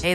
Hey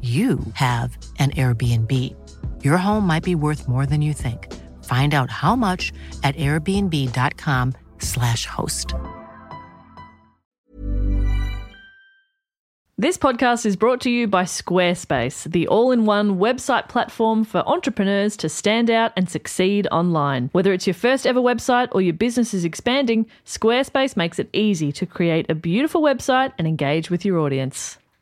you have an Airbnb. Your home might be worth more than you think. Find out how much at airbnb.com/slash host. This podcast is brought to you by Squarespace, the all in one website platform for entrepreneurs to stand out and succeed online. Whether it's your first ever website or your business is expanding, Squarespace makes it easy to create a beautiful website and engage with your audience.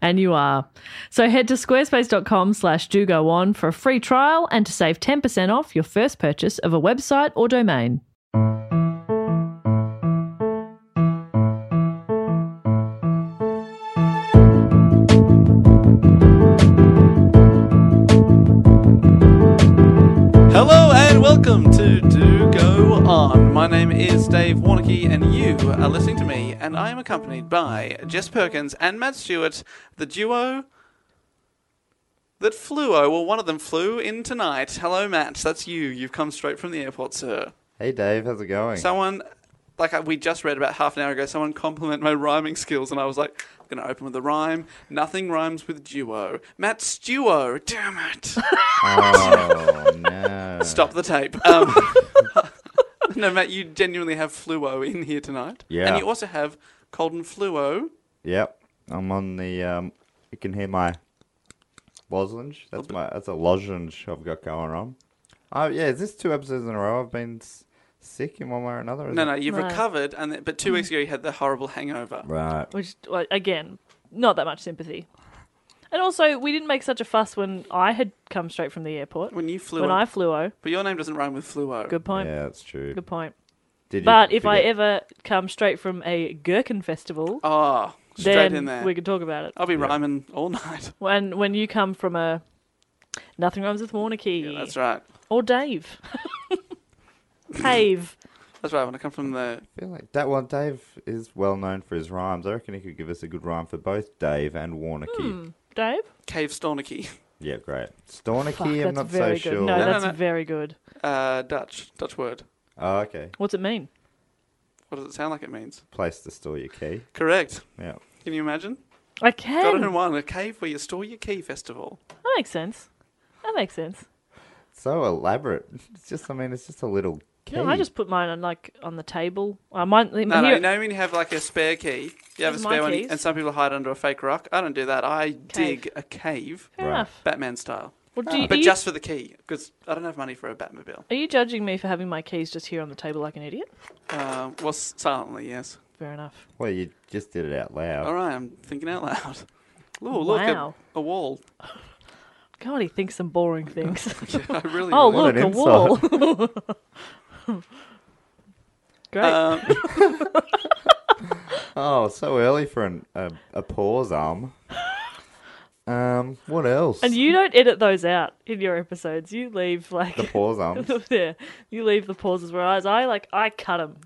And you are. So head to squarespace.com slash do go on for a free trial and to save 10% off your first purchase of a website or domain. Hello and welcome to Do Go On. My name is Dave Warnocky, and you are listening to me, and I am accompanied by Jess Perkins and Matt Stewart, the duo that flew. Oh, well, one of them flew in tonight. Hello, Matt. That's you. You've come straight from the airport, sir. hey, Dave, how's it going? Someone, like I- we just read about half an hour ago, someone complimented my rhyming skills, and I was like, I'm going to open with a rhyme. Nothing rhymes with duo. Matt Stewart. Damn it. oh, no. Stop the tape. Um, no, Matt, you genuinely have fluo in here tonight. Yeah. And you also have cold and fluo. Yep, I'm on the. Um, you can hear my lozenge. That's my. That's a lozenge I've got going on. Oh yeah, is this two episodes in a row? I've been s- sick in one way or another. is No, it? no, you've recovered, and th- but two weeks ago you had the horrible hangover. Right. Which, well, again, not that much sympathy. And also, we didn't make such a fuss when I had come straight from the airport. When you flew, When I flew, oh, but your name doesn't rhyme with fluo. good point. Yeah, that's true. Good point. Did you But if I forget- ever come straight from a gherkin festival, Oh, straight then in there. Oh. we can talk about it. I'll be rhyming all night. When when you come from a nothing rhymes with Warnocky Yeah, that's right. or Dave, Dave. That's right. When I come from the I feel like that one, Dave is well known for his rhymes. I reckon he could give us a good rhyme for both Dave and Warnocky. Hmm. Dave. cave Stornicky, Yeah, great. Stornicky, Fuck, I'm that's not so very good. sure. No, no, that's no. very good. uh, Dutch Dutch word. Oh, okay. What's it mean? What does it sound like? It means Place to store your key. correct. Yeah. Can you imagine? I Got can. it in one. A cave where you store your key festival. That makes sense. That makes sense. So elaborate. It's just. I mean, it's just a little key. No, I just put mine on like on the table. I might. No, no, here- you know when you have like a spare key, you have a Here's my spare one, keys. and some people hide under a fake rock. I don't do that. I dig a cave, Fair Right. enough. Batman style, Well, do you, but are, just for the key because I don't have money for a you, Batmobile. are you judging me for having my keys just here on the table like an idiot? Uh, well, s- silently, yes. Fair enough. Well, you just did it out loud. All right, I'm thinking out loud. Oh, look, a- Wow. a, wall. God, he thinks some boring things. I really, oh, really- look, an a wall. Great. Uh, Um, Oh, so early for an, a, a pause arm. Um, what else? and you don't edit those out in your episodes. You leave like the pause um. arm. yeah, you leave the pauses. Whereas I like I cut them.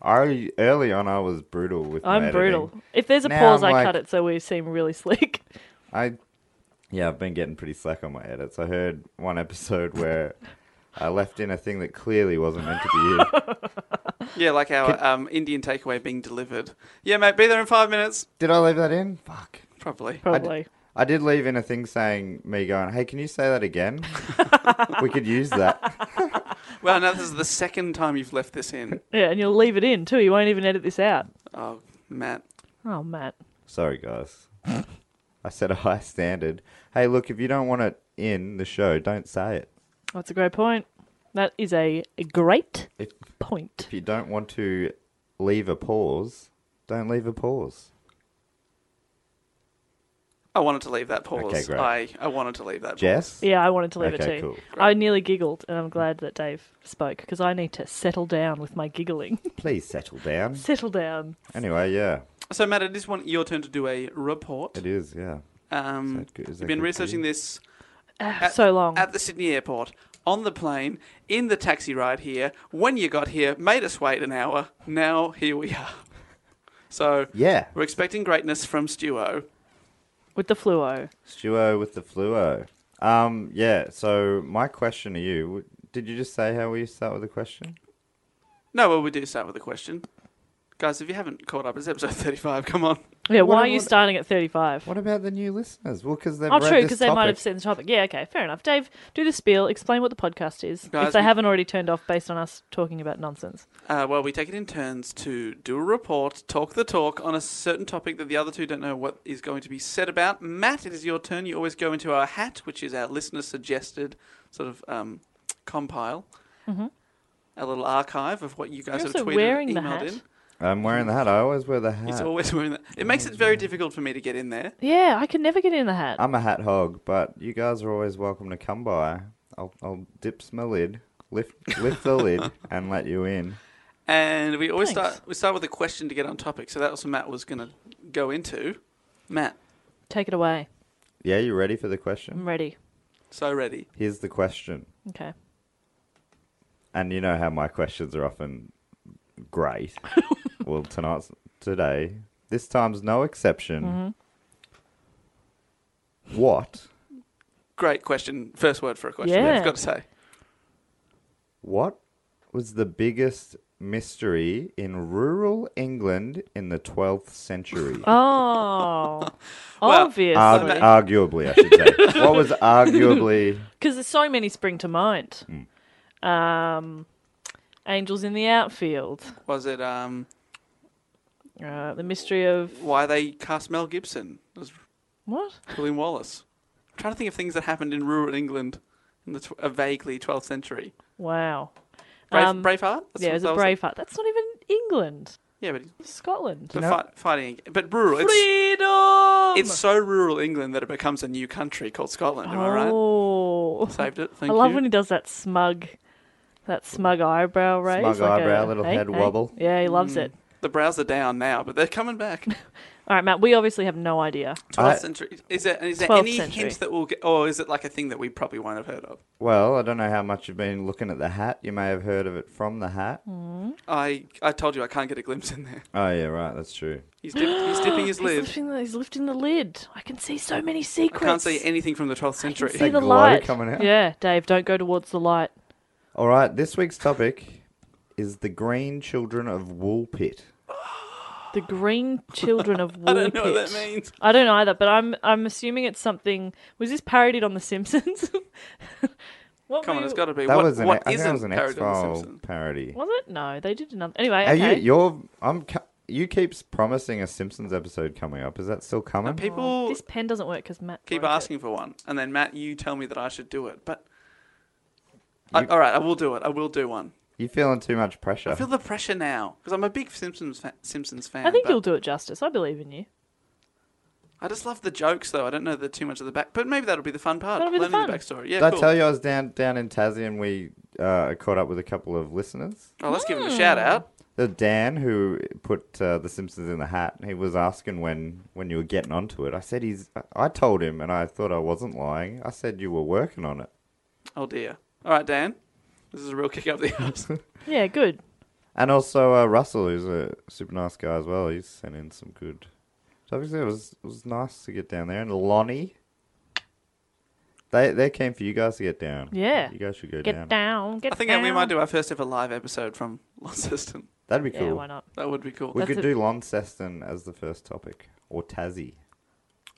I early on I was brutal with. my I'm editing. brutal. If there's a Now pause, I'm I like- cut it so we seem really slick. I yeah, I've been getting pretty slack on my edits. I heard one episode where I left in a thing that clearly wasn't meant to be in. yeah, like our um, Indian takeaway being delivered. Yeah, mate, be there in five minutes. Did I leave that in? Fuck. Probably. Probably. I did leave in a thing saying me going, "Hey, can you say that again? we could use that." Well, now this is the second time you've left this in. Yeah, and you'll leave it in too. You won't even edit this out. Oh, Matt. Oh, Matt. Sorry, guys. I set a high standard. Hey, look, if you don't want it in the show, don't say it. That's a great point. That is a great If point. if you don't want to leave a pause, don't leave a pause. I wanted to leave that pause. Okay, great. I, I wanted to leave that Jess, Yeah, I wanted to leave Okay, it too. cool. I nearly giggled, and I'm glad that Dave spoke because I need to settle down with my giggling. please settle down. settle down. Anyway, yeah, pause. So, Matt, it is one, your turn to do a report. it is. Yeah. Um, that good- is that you've been good for researching you? this Ah, so long. at the Sydney airport, on the plane, in the taxi ride here, when you got here, made us wait an hour. Now, here we are. So, Yeah. we're expecting greatness from Stuo. with the fluo. Stuo with the fluo. Um, yeah, so my question to you w- did you just say how we start with a question? No, well, we do start with a question. Guys, if you haven't caught up, it's episode 35. Come on. Yeah, why What- are you what- starting at 35? What about the new listeners? Well, because they've Oh, read true, this because they might topic. have seen the topic. Yeah, okay, fair enough. Dave, do the spiel, explain what the podcast is, Guys, if they we- haven't already turned off based on us talking about nonsense. Uh, well, we take it in turns to do a report, talk the talk on a certain topic that the other two don't know what is going to be said about. Matt, it is your turn. You always go into our hat, which is our listener suggested sort of um, compile, a little archive of what you guys Mm-hmm. You're have also tweeted, wearing emailed the hat. in. I'm wearing the hat. I always wear the hat. He's always wearing that. It makes it very difficult for me to get in there. Yeah, I can never get in the hat. I'm a hat hog, but you guys are always welcome to come by. I'll, I'll dip my lid, lift, lift the lid, and let you in. And we always Thanks. start we start with a question to get on topic. So that was what Matt was going to go into. Matt, Take it away. Yeah, you ready for the question? I'm ready. so ready. Here's the question. Okay. And you know how my questions are often great. well, tonight's today. This time's no exception. What? Great question. First word for a question. Yeah. I've got to say. What was the biggest mystery in rural England in the 12th century? Oh, Well, Ar- obviously. arguably, I should say. what was arguably Because there's so many spring to mind. Hmm. Um, Angels in the Outfield. Was it um, Uh, the mystery of. why they cast Mel Gibson as What? William Wallace? I'm trying to think of things that happened in rural England in the tw- a vaguely 12th century. Wow. Brave, Um, Braveheart? That's yeah, what it was a that Braveheart. That's not even England. Yeah, but, Scotland. but fight, fighting. But rural. It's, Freedom! it's so rural England that it becomes a new country called Scotland. Am I right? Oh. Saved it. Thank I love you. when he does that smug, that smug eyebrow raise. Smug like eyebrow, a, little head wobble. Yeah, he Hmm. loves it. The brows are down now, but they're coming back. All right, Matt. We obviously have no idea. 12th century. Is there, is there 12th any century. hint that we'll get, or is it like a thing that we probably won't have heard of? Well, I don't know how much you've been looking at the hat. You may have heard of it from the hat. Mm. I, I told you I can't get a glimpse in there. Oh, yeah, right. That's true. He's, dip, he's dipping his He's lid. lifting, the, he's lifting the lid. I can see so many I secrets. can't see anything from the 12th century. See the glow light coming out. Yeah, Dave. Don't go towards the light. All right, this week's topic is the green children of Woolpit. The green children of Woolpit. I don't know what that means. I don't either, but I'm I'm assuming it's something. Was this parodied on The Simpsons? what Come on, were it's you- got to be. That what, was an, what I think that isn't was an X parodied on The File Simpsons? parody. Was it? No, they did another. Anyway, okay. Are you? You're. I'm. cu- You keeps promising a Simpsons episode coming up. Is that still coming? People Oh, this pen doesn't work because Matt. keep broke it. asking for one, and then Matt, you tell me that I should do it. But I, all right, I will do it. I will do one. You're feeling too much pressure. I feel the pressure now because I'm a big Simpsons fa- Simpsons fan. I think but you'll do it justice. I believe in you. I just love the jokes though. I don't know the too much of the back, but maybe that'll be the fun part. That'll be the learning fun. backstory. Yeah, Did cool. I tell you I was down down in Tassie and we uh, caught up with a couple of listeners? Hmm. Oh, let's give him a shout out. the Dan who put uh, the Simpsons in the hat, he was asking when when you were getting onto it. I said he's. I told him, and I thought I wasn't lying. I said you were working on it. Oh dear. All right, Dan. This is a real kick up the ass. Yeah, good. And also uh, Russell, who's a super nice guy as well. He's sent in some good topics. It was it was nice to get down there. And Lonnie, they they came for you guys to get down. Yeah. you guys should go Get down. down. Get I think down. we might do our first ever live episode from Launceston. That'd be Yeah, cool. why not? That would be cool. We That's could a- do Launceston as the first topic, or Tassie,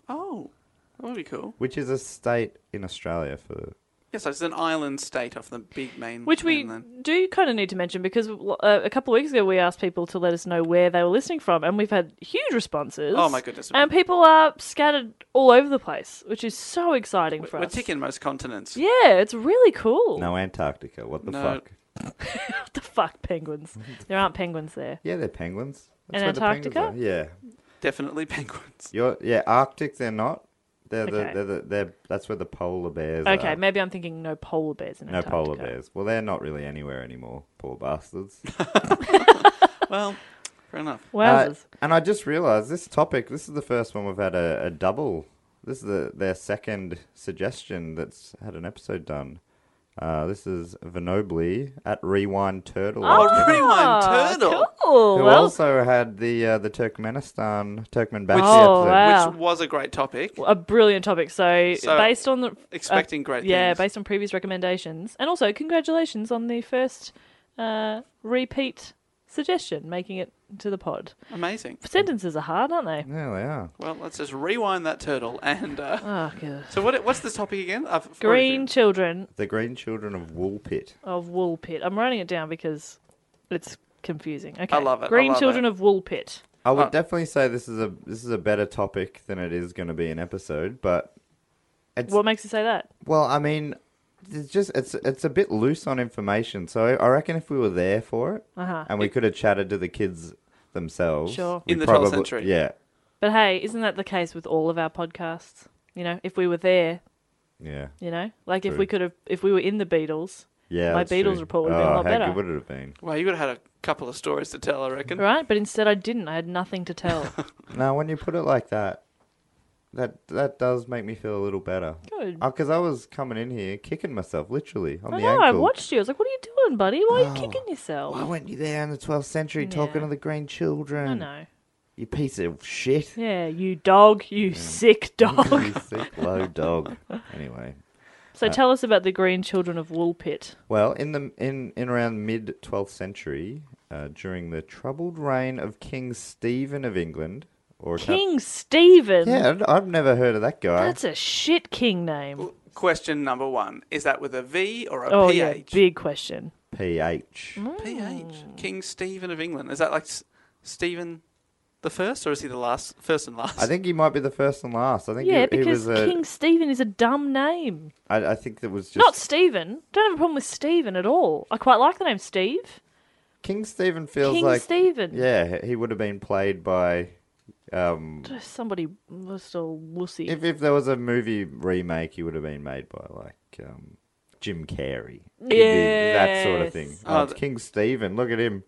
Oh, that would be cool. which is a state in Australia for Yes, it's an island state off the big main. Which we mainland. do kind of need to mention because uh, a couple of weeks ago we asked people to let us know where they were listening from, and we've had huge responses. Oh, my goodness. And people are scattered all over the place, which is so exciting for we're us. ticking most continents. Yeah, it's really cool. no Antarctica. What the No. fuck? What the fuck, penguins? There aren't penguins there. Yeah, they're penguins. And where the penguins are. Antarctica? yeah, Definitely penguins. You're, yeah, Arctic. They're not. They're Okay. the, they're the, they're that's where the polar bears. Okay, are. maybe I'm thinking no polar bears in No polar Antarctica. bears. Well, they're not really anywhere anymore. Poor bastards. well, fair enough. Uh, Wowzers. and I just realised this topic. This is the first one we've had a, a double. This is the, their second suggestion that's had an episode done. Uh, this is Venobly at Rewind Turtle. Oh, rewind turtle, Cool. Who Well, also had the uh, the Turkmenistan Turkmen Bashi Oh, episode. wow. which was a great topic. a brilliant topic. So, So, based on the uh, expecting great yeah, things. based on previous recommendations, and also congratulations on the first uh, repeat suggestion, making it to the pod. Amazing. Sentences are hard, aren't they? Yeah, they are. Well, let's just rewind that turtle. And uh, Oh god. so, what? What's this topic again? I've already Green forgotten. children The Green Children of Woolpit. of Woolpit. I'm writing it down because it's confusing. Okay. love it, I Green love children it. of Woolpit. I would Uh, definitely say this is a this is a better topic than it is going to be an episode, but it's What makes you say that? Well, I mean, it's just it's it's a bit loose on information. So I reckon if we were there for it, Uh-huh. and we could have chatted to the kids themselves, Sure. we In the 12th probably- century. yeah, But hey, isn't that the case with all of our podcasts? You know, if we were there, yeah, you know, like if True. we could have, if we were in the Beatles, yeah. My that's Beatles true. report would've oh, been a lot how better. good would it have been? Well, you would have had a couple of stories to tell, I reckon. right? But instead, I didn't. I had nothing to tell. Now, when you put it like that, that that does make me feel a little better. Good. Because I was coming in here kicking myself, literally on I the know. ankle. I watched you. I was like, "What are you doing, buddy? Why are you Oh. kicking yourself?" Why weren't you there in the 12th century Yeah. talking to the green children? I know. You piece of shit. Yeah, you dog. You sick dog. you sick low dog. Anyway. so tell us about the Green Children of Woolpit. Well, in the in, in around mid 12th century, uh, during the troubled reign of King Stephen of England, or King Stephen. yeah, I'd- I've never heard of that guy. That's a shit king Uh, name. Question number one: Is that with a V or a Oh yeah, PH? big question. PH. PH. Hmm. King Stephen of England. Is that like S- Stephen the first, or is he the last, first and last? I think he might be the first and last. I think Yeah, he, he because was a. King Stephen is a dumb name. I, I think that was just Not Stephen. Don't have a problem with Stephen at all. I quite like the name Steve. King Stephen feels King like Stephen. yeah, he would have been played by. Um, Somebody was all wussy. if if there was a movie remake, he would have been made by like um, Jim Carrey. He'd be that sort of thing. Yes. Oh, Oh, it's th- King Stephen. Look at him.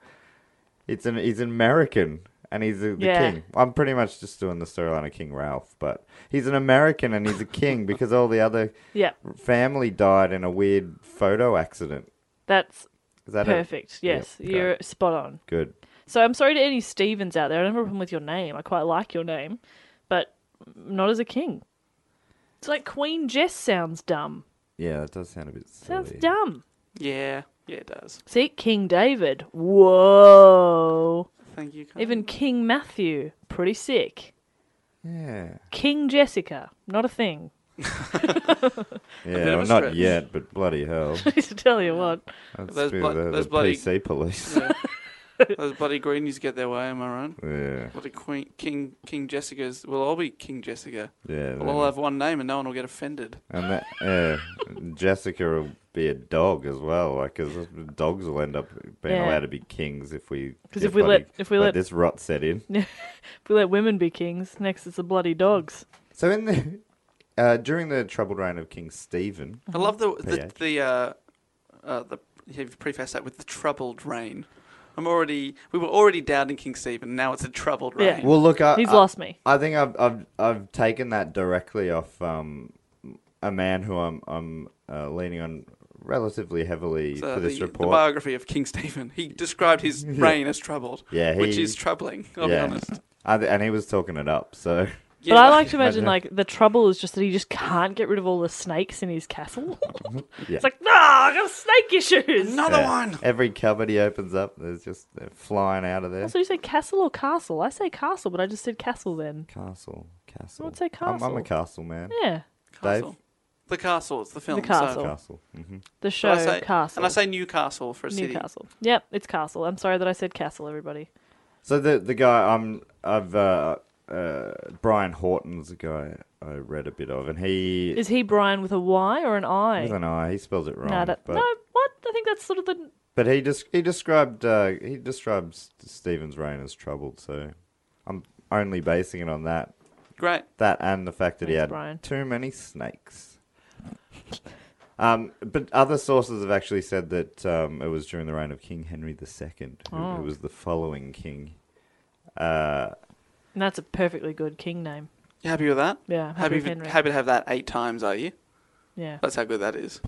It's an he's an American and he's a, the Yeah. king. I'm pretty much just doing the storyline of King Ralph, but he's an American and he's a king because all the other yeah, family died in a weird photo accident. that's Is that it? perfect. Yes, Yep, you're great. spot on. good. So I'm sorry to any Stevens out there. I don't have a problem with your name. I quite like your name, but not as a king. It's like Queen Jess sounds dumb. Yeah, that does sound a bit silly. Sounds dumb. Yeah, yeah, it does. See, King David. Whoa. Thank you. Colin. Even King Matthew. Pretty sick. Yeah. King Jessica. Not a thing. Yeah, bit of well, a not stretch. yet, but bloody hell. I tell you what. That's Those through blo- the, those the bloody- PC police. those bloody greenies get their way. Am I right? yeah. Bloody Queen, King, King Jessica's. We'll all be King Jessica. Yeah. We'll all have one name, and no one will get offended. And that, yeah, Jessica will be a dog as well, like because dogs will end up being Yeah. allowed to be kings if we 'Cause get if we let- if we let- this rot set in. If we let women be kings, next it's the bloody dogs. So in the uh, during the troubled reign of King Stephen, I love the the PH. the, uh, uh, the you've prefaced that with the troubled reign. I'm already. We were already doubting King Stephen. Now it's a troubled Yeah. reign. Well, look, I, He's I- lost me. I think I've I've I've taken that directly off um, a man who I'm I'm uh, leaning on relatively heavily So for this the, the report. biography of King Stephen. He described his reign as troubled. Yeah, which he- is troubling. I'll yeah, be honest. I th- and he was talking it up. So Yeah, but I like to imagine Imagine. like the trouble is just that he just can't get rid of all the snakes in his castle. Yeah. It's like, nah, I got snake issues. another yeah. one. Every cupboard he opens up, there's just they're flying out of there. So you say castle or castle? I say castle, but I just said castle then. Castle, castle. would say I'm, I'm castle. a castle man. Yeah, Dave? Castle. The castle. It's the film. so- castle. Castle. hmm the But show I say- castle. And I say Newcastle for a city. Newcastle. Yep, it's castle. I'm sorry that I said castle. Everybody. So the the guy I'm I've uh, uh, Brian Horton's the guy I read a bit of, and he Is he Brian with a Y or an I? with an eye. He spells it wrong. no, that, but, no. What? I think that's sort of the. but he just he described uh, he describes Stephen's reign as troubled. So I'm only basing it on that Great. that and the fact that he Thanks, had Brian. too many snakes. um, but other sources have actually said that um, it was during the reign of King Henry II, who, Oh. who was the following king. Uh, And that's a perfectly good king name. You happy with that? Yeah, I'm happy Happy, with happy, Henry. happy to have that eight times, are you? Yeah. That's how good that is.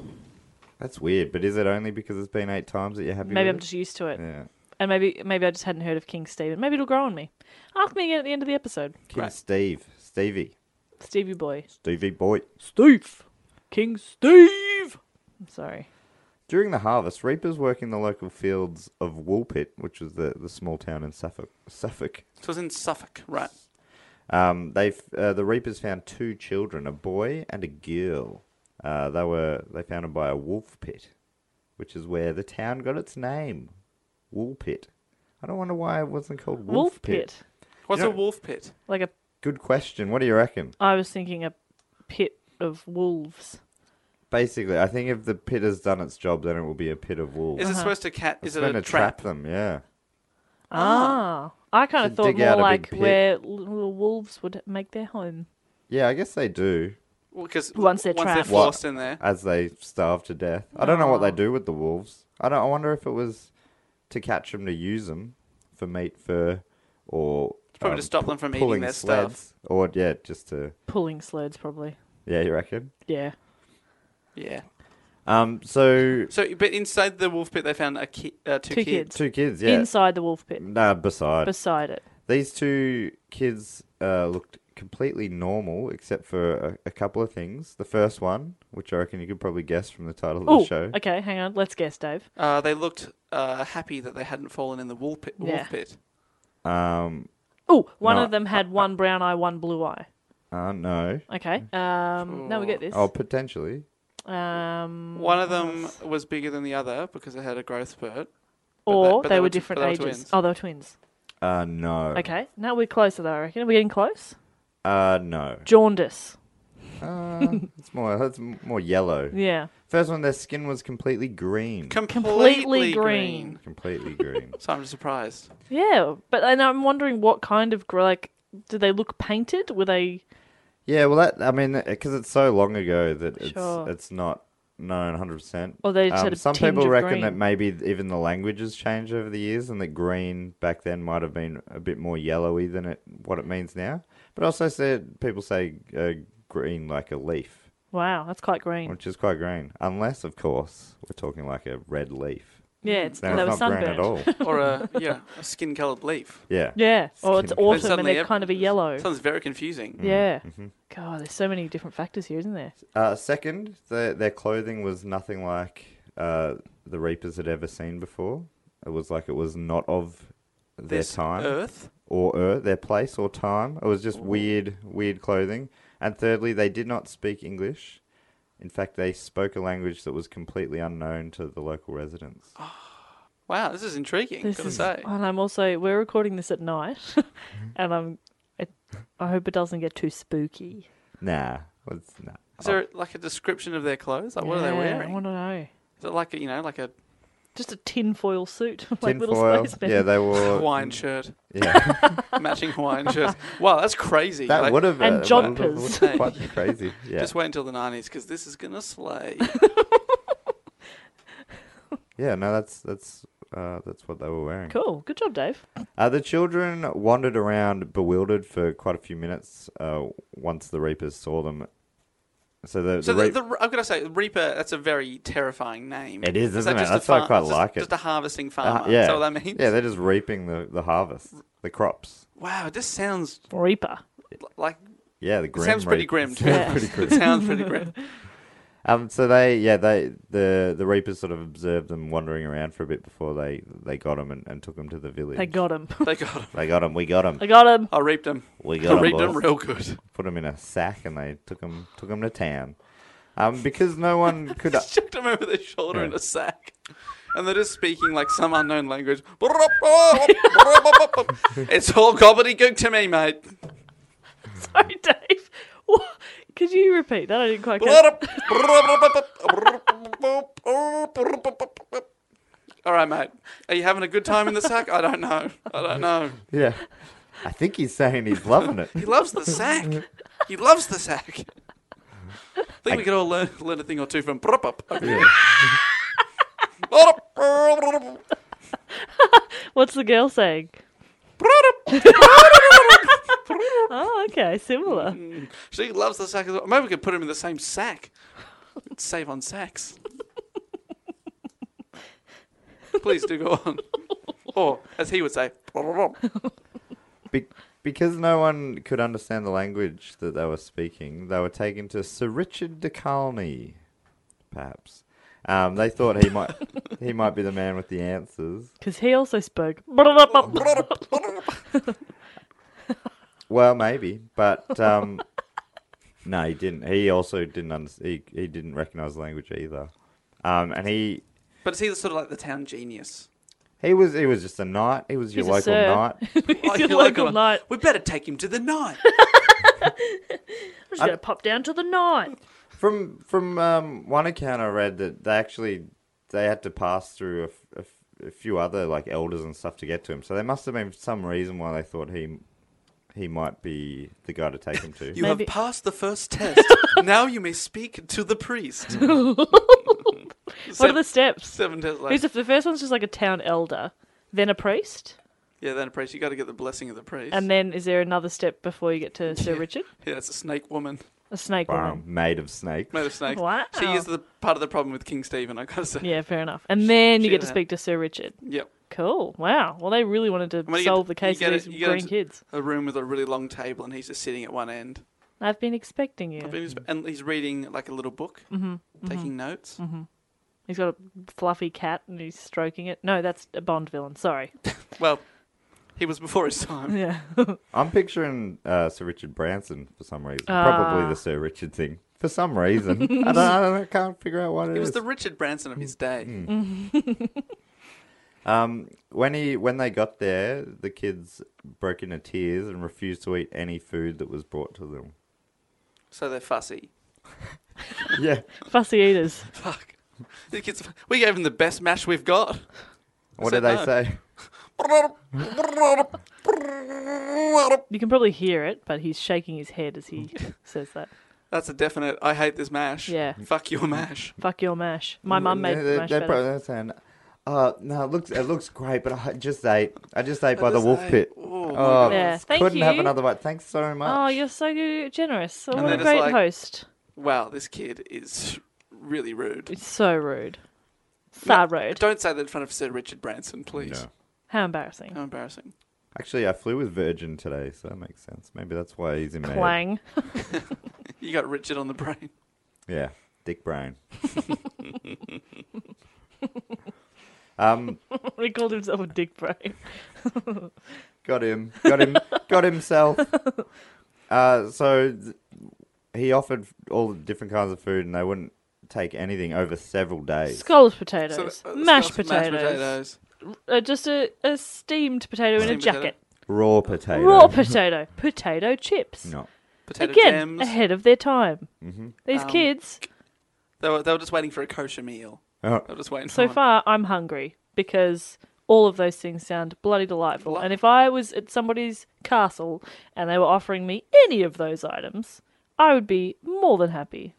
that's weird, but is it only because it's been eight times that you're happy? Maybe with I'm just used to it, it? yeah. and maybe maybe I just hadn't heard of King Stephen. Maybe it'll grow on me. Ask me again at the end of the episode, King Right. Steve, Stevie, Stevie boy. Stevie boy. Steve, King Steve. I'm sorry. During the harvest, reapers working the local fields of Woolpit, which is the, the small town in Suffolk, Suffolk So it's in Suffolk, right? um, they f- uh, the reapers found two children, a boy and a girl. Uh, they were they found them by a wolf pit, which is where the town got its name, Woolpit. I don't wonder why it wasn't called Wolf, Wolf pit. pit. What's You a know- wolf pit? Like a. Good question. What do you reckon? I was thinking a pit of wolves. Basically, I think if the pit has done its job, then it will be a pit of wolves. Is Uh-huh. it supposed to cat? It's Is it meant a to trap? trap? them? Yeah. Ah. I kind To of thought dig more out a big like pit. where l- little wolves would make their home. Yeah, I guess they do. Because Once they're trapped. What? forced in there. as they starve to death. I don't know what they do with the wolves. I don't. I wonder if it was to catch them to use them for meat, fur, or um, probably to stop them from eating pulling their stuff. or yeah, just to Pulling sleds, probably. yeah, you reckon? Yeah. Yeah. Um, so So, but inside the wolf pit, they found a ki- uh, two, Two kids. kids. two kids, yeah. Inside the wolf pit, Nah, beside beside it. these two kids uh, looked completely normal except for a, a couple of things. The first one, which I reckon you could probably guess from the title of the Oh, show. okay. Hang on. Let's guess, Dave. Uh, they looked uh, happy that they hadn't fallen in the wolf pit. Wolf Yeah. pit. Um, Oh, one No, of them had one brown eye, one blue eye. uh, no. Okay. Um, now we get this. Mm. Oh, potentially. Um, One of them was bigger than the other because it had a growth spurt. but or that- but they, they were were t- different but they were ages. twins. Oh, they were twins. Uh, no. Okay. Now we're closer, though. I reckon. Are we getting close? Uh, no. Jaundice. Uh, it's more. It's m- more yellow. Yeah. First one, their skin was completely green. Completely, green. green. completely green. So I'm surprised. Yeah, but and I'm wondering what kind of gr- like did they look painted? Were they yeah. Well, that I mean, because it's so long ago that it's Sure. it's not known hundred percent. Or they just had a Um, some tinge people of reckon green. that maybe even the language has changed over the years, and that green back then might have been a bit more yellowy than it what it means now. But also, said people say uh, green like a leaf, wow? That's quite green. which is quite green, unless of course we're talking like a red leaf. Yeah, it's Then they were it's not green sunburned. at all. Or a yeah, a skin coloured leaf. Yeah. Yeah, or it's Skin colour. autumn and suddenly they're ev- kind of a yellow. Sounds very confusing. Mm-hmm. Yeah. God, there's so many different factors here, isn't there? Uh, second, their their clothing was nothing like uh, the Reapers had ever seen before. It was like it was not of their This time Earth. or earth, their place or time. It was just weird, weird clothing. And thirdly, they did not speak English. In fact, they spoke a language that was completely unknown to the local residents. Ah. Wow, this is intriguing. This gotta is, say. and I'm also we're recording this at night, Mm-hmm. and I'm. It, I hope it doesn't get too spooky. Nah, it's nah. Is there like a description of their clothes? Like what are they Yeah, wearing? I want to know. Is it like a you know like a Just a tinfoil suit, like little tinfoil? spacemen. Yeah, they wore Hawaiian shirt, Yeah, matching Hawaiian shirts? Wow, that's crazy. that Like, would have And jodhpurs. Quite crazy. Yeah. Just wait until the nineties because this is gonna slay. Yeah, no, that's that's uh, that's what they were wearing. Cool. Good job, Dave. Uh, the children wandered around bewildered for quite a few minutes uh, once the Reapers saw them. So the, So the, the, Reap- the, I've got to say, Reaper. That's a very terrifying name. It is, that isn't it? just a That's why I far- quite just- like it. Just a harvesting uh, farmer. yeah, Is that what that means? yeah, they're just reaping the, the harvest, the crops. Wow, this sounds Reaper. like Yeah, the grim. it sounds pretty reap- grim. To sounds me. pretty grim. It sounds pretty grim. Um, so they, yeah, they the the Reapers sort of observed them wandering around for a bit before they they got them and, and took them to the village. They got him. They got him. They got 'em, We got them. I got him. I reaped him. We I got reaped him them. real good. Put them in a sack and they took them took 'em to town. Um, because no one could. Just chucked him over their shoulder in Yeah. a sack. And they're just speaking like some unknown language. it's all gobbledygook to me, mate. Sorry, Dave. What? Could you repeat that? I didn't quite get it. All right, mate. Are you having a good time in the sack? I don't know. I don't know. Yeah, I think he's saying he's loving it. He loves the sack. He loves the sack. I think we could all learn, learn a thing or two from. What's the girl saying? Oh, okay. Similar. Mm-hmm. She loves the sack as well. Maybe we could put him in the same sack. We'd Save on sacks. Please do go on. Or, as he would say, Be- because no one could understand the language that they were speaking, they were taken to Sir Richard de Calney, perhaps. Um, they thought he might he might be the man with the answers. Because he also spoke. Well, maybe, but um, no, he didn't. He also didn't under- he, he didn't recognize the language either. Um, and he But is he sort of like the town genius? he was he was just a knight. He was your He's a local sir. knight. Like, your Oh, you're local like, knight. We better take him to the night. I'm just going to pop down to the night. From from um, one account I read that they actually they had to pass through a f- a, f- a few other like elders and stuff to get to him. So there must have been some reason why they thought he he might be the guy to take him to. You Maybe- have passed the first test. now you may speak to the priest. What are seven, the steps? seven tests later. Who's if the first one's just like a town elder, then a priest, Yeah, then a priest. You got to get the blessing of the priest. and then is there another step before you get to Sir Richard? yeah, it's a snake woman. A snake Bam, woman. made of snakes. Made of snakes. Wow. She is the part of the problem with King Stephen, I gotta say. Yeah, fair enough. And then you she get to had- speak to Sir Richard. Yep. Cool. Wow. Well, they really wanted to And when you get- solve the you case get of a- these you get green into kids. A room with a really long table, and he's just sitting at one end. I've been expecting you. But he's- And he's reading like a little book, Mm-hmm. taking notes. He's got a fluffy cat and he's stroking it. No, that's a Bond villain. Sorry. Well, he was before his time. Yeah. I'm picturing uh, Sir Richard Branson for some reason. Ah. Probably the Sir Richard thing. For some reason, I, don't, I, don't, I can't figure out what it He was is. the Richard Branson of his day. Um, when he when they got there, the kids broke into tears and refused to eat any food that was brought to them. So they're fussy. Yeah, Fussy eaters. Fuck. The kids, we gave him the best mash we've got. what said did they no. say? You can probably hear it, but he's shaking his head as he says that. That's a definite. I hate this mash. Yeah. Fuck your mash. Fuck your mash. My mum made they, mash they better. probably- they're saying, "Uh, no, it looks it looks great, but I just ate I just ate by the just wolf ate- pit. oh my Oh, Yeah, thank couldn't have you. another one. Thanks so much. Oh, you're so generous. Oh, And what a they're just great like- host. Wow, this kid is really rude. It's so rude. So rude. Don't say that in front of Sir Richard Branson, please. No. How embarrassing. How embarrassing. Actually, I flew with Virgin today, so that makes sense. Maybe that's why he's in my head. Clang. You got Richard on the brain. Yeah, Dick Brain. um, he called himself a dick brain. got him, got him, got himself. Uh, so th- he offered all the different kinds of food, and they wouldn't take anything over several days. Scalloped So, uh, potatoes. it's mashed got some mashed potatoes. potatoes. Uh, just a, a steamed potato in a Steamed potato. jacket. Raw potato. Raw potato. potato chips. No. Potato Again, gems. ahead of their time. Um, These kids, They were, they were just waiting for a kosher meal. Oh, They were just waiting for so one. far, I'm hungry because all of those things sound bloody delightful. And if I was at somebody's castle and they were offering me any of those items, I would be more than happy.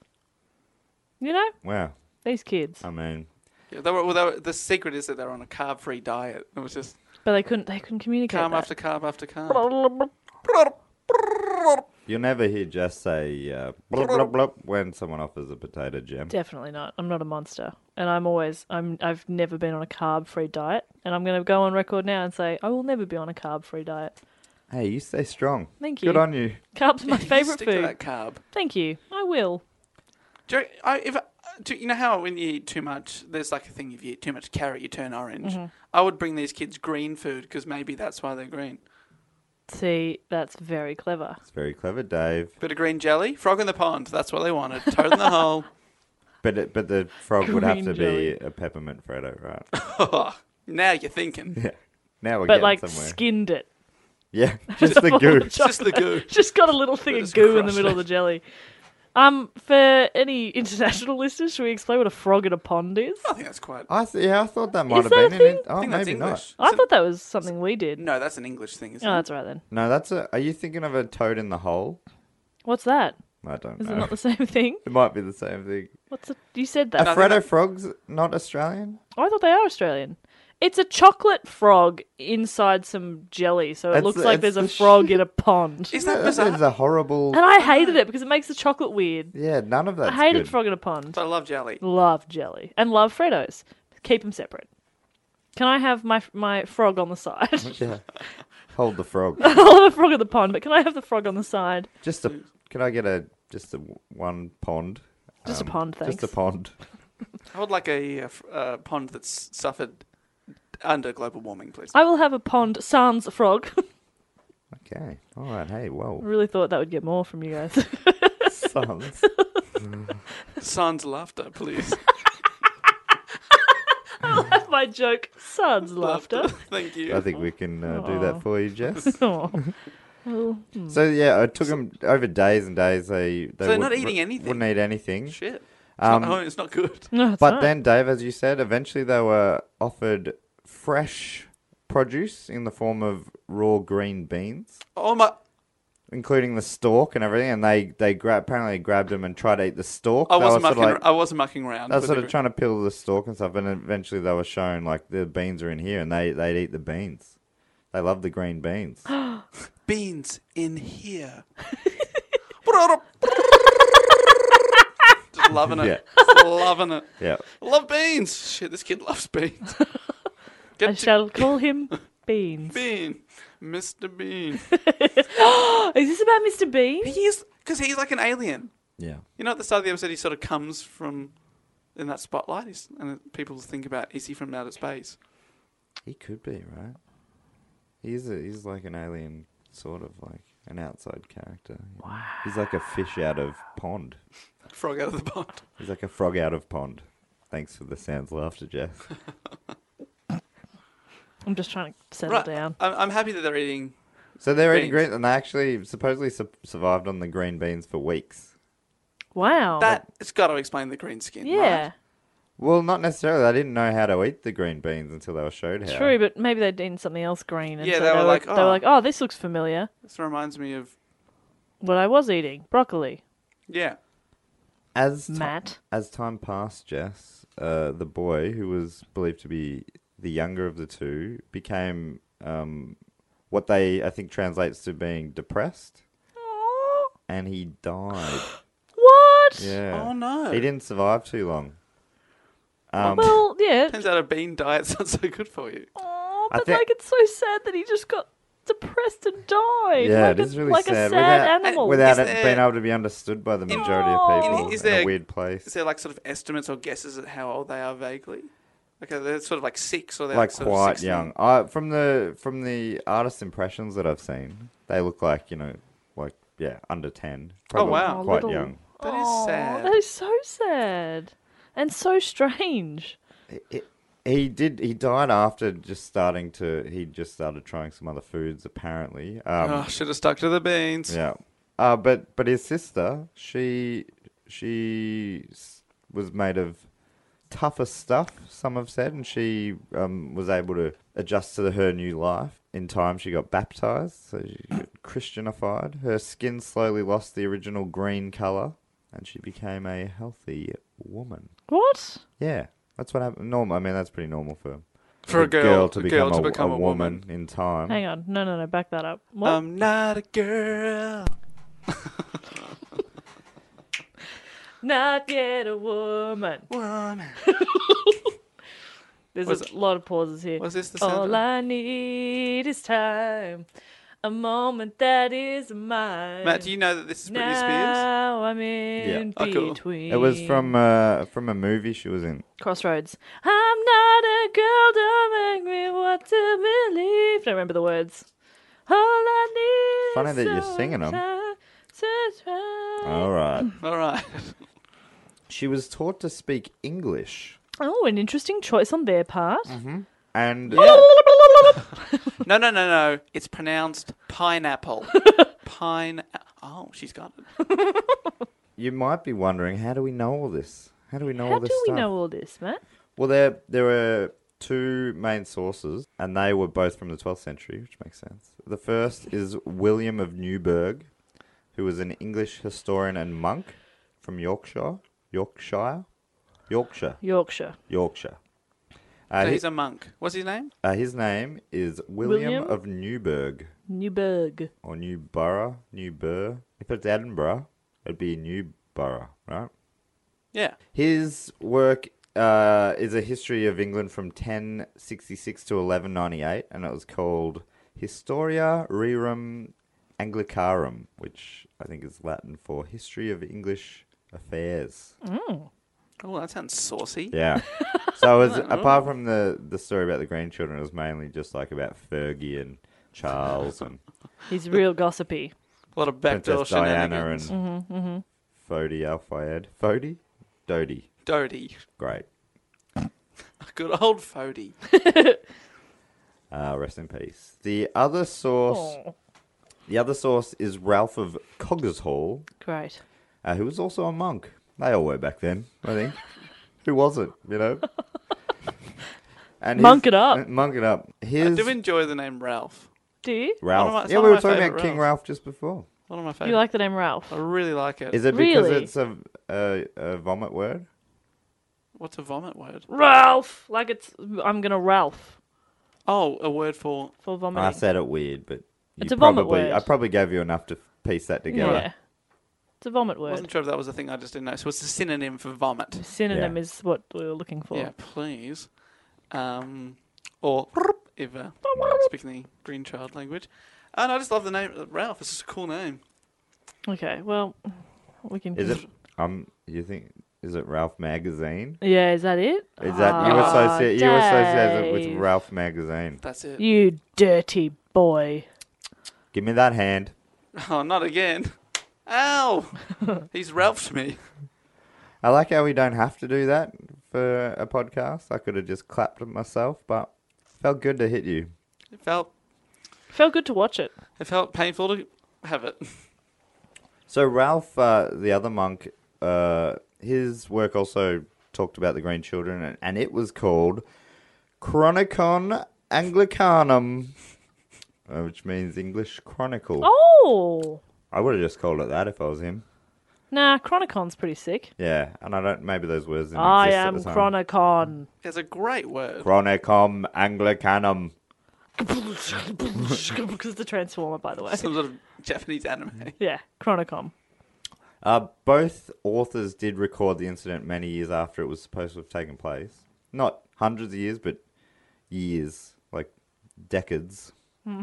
You know, wow. Um, these kids. I mean, Yeah, they were, well, they were, the secret is that they're on a carb-free diet. It was just But they couldn't. They couldn't communicate. carb that. after carb after carb. You'll never hear Jess say uh, blub, blub, blub when someone offers a potato gem. Definitely not. I'm not a monster, and I'm always. I'm. I've never been on a carb-free diet, and I'm going to go on record now and say I will never be on a carb-free diet. Hey, you stay strong. Thank Good you. on you. Carbs are my You favorite Stick to food. that carb. Thank you. I will. Do you, I, if uh, do, you know how when you eat too much, there's like a thing if you eat too much carrot, you turn orange. I would bring these kids green food because maybe that's why they're green. See, that's very clever. It's very clever, Dave. Bit of green jelly, frog in the pond. That's what they wanted. Toad in the hole. But it, but the frog would have Green to jelly. be a peppermint Freddo, right? Now you're thinking. yeah. Now we're But getting like somewhere. skinned it. yeah, just the goo. It's just the goo. Just got a little thing of Just goo in the crushed middle of the jelly. Um, for any international listeners, should we explain what a frog in a pond is? Oh, I think that's quite. I I th- yeah, I thought that might have that a been in thing? it. Oh, think that's maybe English. not. I It's a- thought that was something we did. no, that's an English thing, isn't Oh, it? that's right then. No, that's a. Are you thinking of a toad in the hole? What's that? I don't Is know. it not the same thing? It might be the same thing. What's it? You said Are that. I think Freddo that- frogs not Australian? I thought they are Australian. It's a chocolate frog inside some jelly, so it It's- looks like it's there's a the frog in a pond. Isn't That that is bizarre? a horrible. And I hated it because it makes the chocolate weird. Yeah, none of that's I hated good. frog in a pond. But I love jelly. Love jelly and love Freddos. Keep them separate. Can I have my my frog on the side? Yeah. Hold the frog. I'll have a frog in the pond, but can I have the frog on the side? Just a. Can I get a just a w- one pond? Um, Just Um, a pond, thanks. Just a pond. I would like a, uh, f- uh, pond that's suffered under global warming, please. I will have a pond sans frog. Okay. All right. Hey. I Whoa. really thought that would get more from you guys. Sons. Sans laughter, please. my joke sans laughter. Thank you. I think we can uh, do that for you, Jess. Aw. so yeah, I took them over days and days. They they So they're not wouldn't- eating anything. Wouldn't eat anything. Shit. It's, Um, not, home, it's not good. No, it's But not. then, Dave, as you said, eventually they were offered fresh produce in the form of raw green beans, Oh my! including the stalk and everything. And they they gra- apparently grabbed them and tried to eat the stalk. I They wasn't were sort mucking. of like- I wasn't mucking around. They were with sort the of gr- trying to peel the stalk and stuff, and eventually they were shown like the beans are in here, and they they'd eat the beans. They love the green beans. beans in here. Just loving it. Yeah. Just loving it. yeah, I love beans. Shit, this kid loves beans. Get I to shall call him Beans. Bean. Mr. Bean. Is this about Mr. Bean? He is, because he's like an alien. yeah. You know, at the start of the episode, he sort of comes from in that spotlight, he's, and people think about, is he from outer space? He could be right. He's a, he's like an alien, sort of like an outside character. Wow. He's like a fish out of pond. Frog out of the pond. He's like a frog out of pond. Thanks for the sounds laughter, Jeff. I'm just trying to settle Right. down. I'm, I'm happy that they're eating. So they're eating Beans. green, and they actually supposedly su- survived on the green beans for weeks. Wow. That, it's got to explain the green skin. yeah. Right? Well, not necessarily. They didn't know how to eat the green beans until they were showed how. True, but maybe they'd eaten something else green. And Yeah, so they were like, they "Oh." were like, oh, this looks familiar. This reminds me of, What I was eating broccoli. yeah. As ti- Matt. As time passed, Jess, uh, the boy who was believed to be the younger of the two became um, what they, I think, translates to being depressed, and he died. What? Yeah. Oh, no. He didn't survive too long. Oh, um, Well, yeah. Turns out a bean diet's not so good for you. Aw, I but thi- like, it's so sad that he just got depressed and died. Yeah, like it a, is really like sad. a sad without, eh, animal. without Is it there- being able to be understood by the majority Aw. of people Is in there- a weird Is place, there like sort of estimates or guesses at how old they are vaguely? Like are they sort of like six or they're like sort of quite 16? young. I, from the from the artist impressions that I've seen, they look like you know, like yeah, under ten. Probably Oh, wow. Aw, quite little. young. That is Aw, sad. That is so sad and so strange. He did. He died after just starting to. He just started trying some other foods, apparently. Um, Oh, should have stuck to the beans. Yeah. Uh, but but his sister, she she s- was made of tougher stuff. Some have said, and she um, was able to adjust to the- her new life. In time, she got baptized, so she got Christianified. Her skin slowly lost the original green color, and she became a healthy woman. What? Yeah. That's what happened. Normal. I mean, that's pretty normal for For a girl, to a become, girl a, to become a, a woman, woman. in time. Hang on. No, no, no. Back that up. What? I'm not a girl. Not yet a woman. Woman. There's Was- a lot of pauses here. Was this the sound? All I need is time. A moment that is mine. Matt, do you know that this is Britney Spears? now I'm in Oh, cool. between. It was from uh, from a movie she was in. Crossroads. I'm not a girl, don't make me want to believe. Don't remember the words. All I need Funny is that you're some singing 'em. Oh. time to try. All right. All right. she was taught to speak English, Oh, an interesting choice on their part. Mm-hmm. and No, no, no, no. It's pronounced pineapple. Pine. Oh, she's got it. you might be wondering, how do we know all this? How do we know How all this do we stuff? know all this, Matt? Well, there there were two main sources, and they were both from the 12th century, which makes sense. The first is William of Newburgh, who was an English historian and monk from Yorkshire, Yorkshire, Yorkshire, Yorkshire. Yorkshire. Uh, So hi- he's a monk. What's his name? uh, his name is William, William? of Newburgh Newburgh. or Newborough, Newburgh. If it's Edinburgh, it'd be Newborough, right? Yeah. His work uh, is a history of England from 1066 to 1198, and it was called Historia Rerum Anglicarum, which I think is Latin for History of English Affairs. Oh, that sounds saucy. Yeah. so it was, apart from the, the story about the grandchildren, it was mainly just like about Fergie and Charles and He's real gossipy. A lot of backdoor Princess Diana and shenanigans. Mm-hmm, Fodi Al Fayed. Fodi? Dodi. Dodie. Great. Good old Fody. Uh, rest in peace. The other source, Oh, the other source is Ralph of Coggershall, great. uh, who was also a monk. They all were back then, I think. who wasn't, you know? And Monk it up. uh, Monk it up. I His do enjoy the name Ralph. Do you? Ralph. One of my- yeah, some we of were my talking about favourite King Ralphs. Ralph just before. One of my favorites. You like the name Ralph? I really like it. Is it because Really? it's a, a a vomit word? What's a vomit word? Ralph! Like it's, I'm going to Ralph Oh, a word for for I vomiting. said it weird, but you It's a vomit probably- word. I probably gave you enough to piece that yeah. together. It's a vomit I wasn't word. sure if that was a thing I just didn't know. So it's a synonym for vomit. Synonym Yeah. is what we were looking for. Yeah, please. Um, or if uh, speaking the green child language. And I just love the name uh, Ralph. It's just a cool name. Okay, well, we can. Is it? Um, you think is it Ralph magazine? Yeah, is that it? Is that you Ah, associate you associate it with Dave. Ralph magazine? That's it. You dirty boy. Give me that hand. Oh, not again. Ow! He's Ralphed me. I like how we don't have to do that for a podcast. I could have just clapped at myself, but felt good to hit you. It felt Felt good to watch it. it felt painful to have it. So Ralph, uh, the other monk, uh, his work also talked about the Green Children, and, and it was called Chronicon Anglicanum, uh, which means English Chronicle. Oh! I would have just called it that if I was him. Nah, Chronicon's pretty sick. Yeah, and I don't. Maybe those words didn't I exist am at the time. Chronicon. It's a great word. Chronicum Anglicanum. Because the Transformer, by the way. Some sort of Japanese anime. Yeah, Chronicon. Uh, both authors did record the incident many years after it was supposed to have taken place. Not hundreds of years, but years, like decades.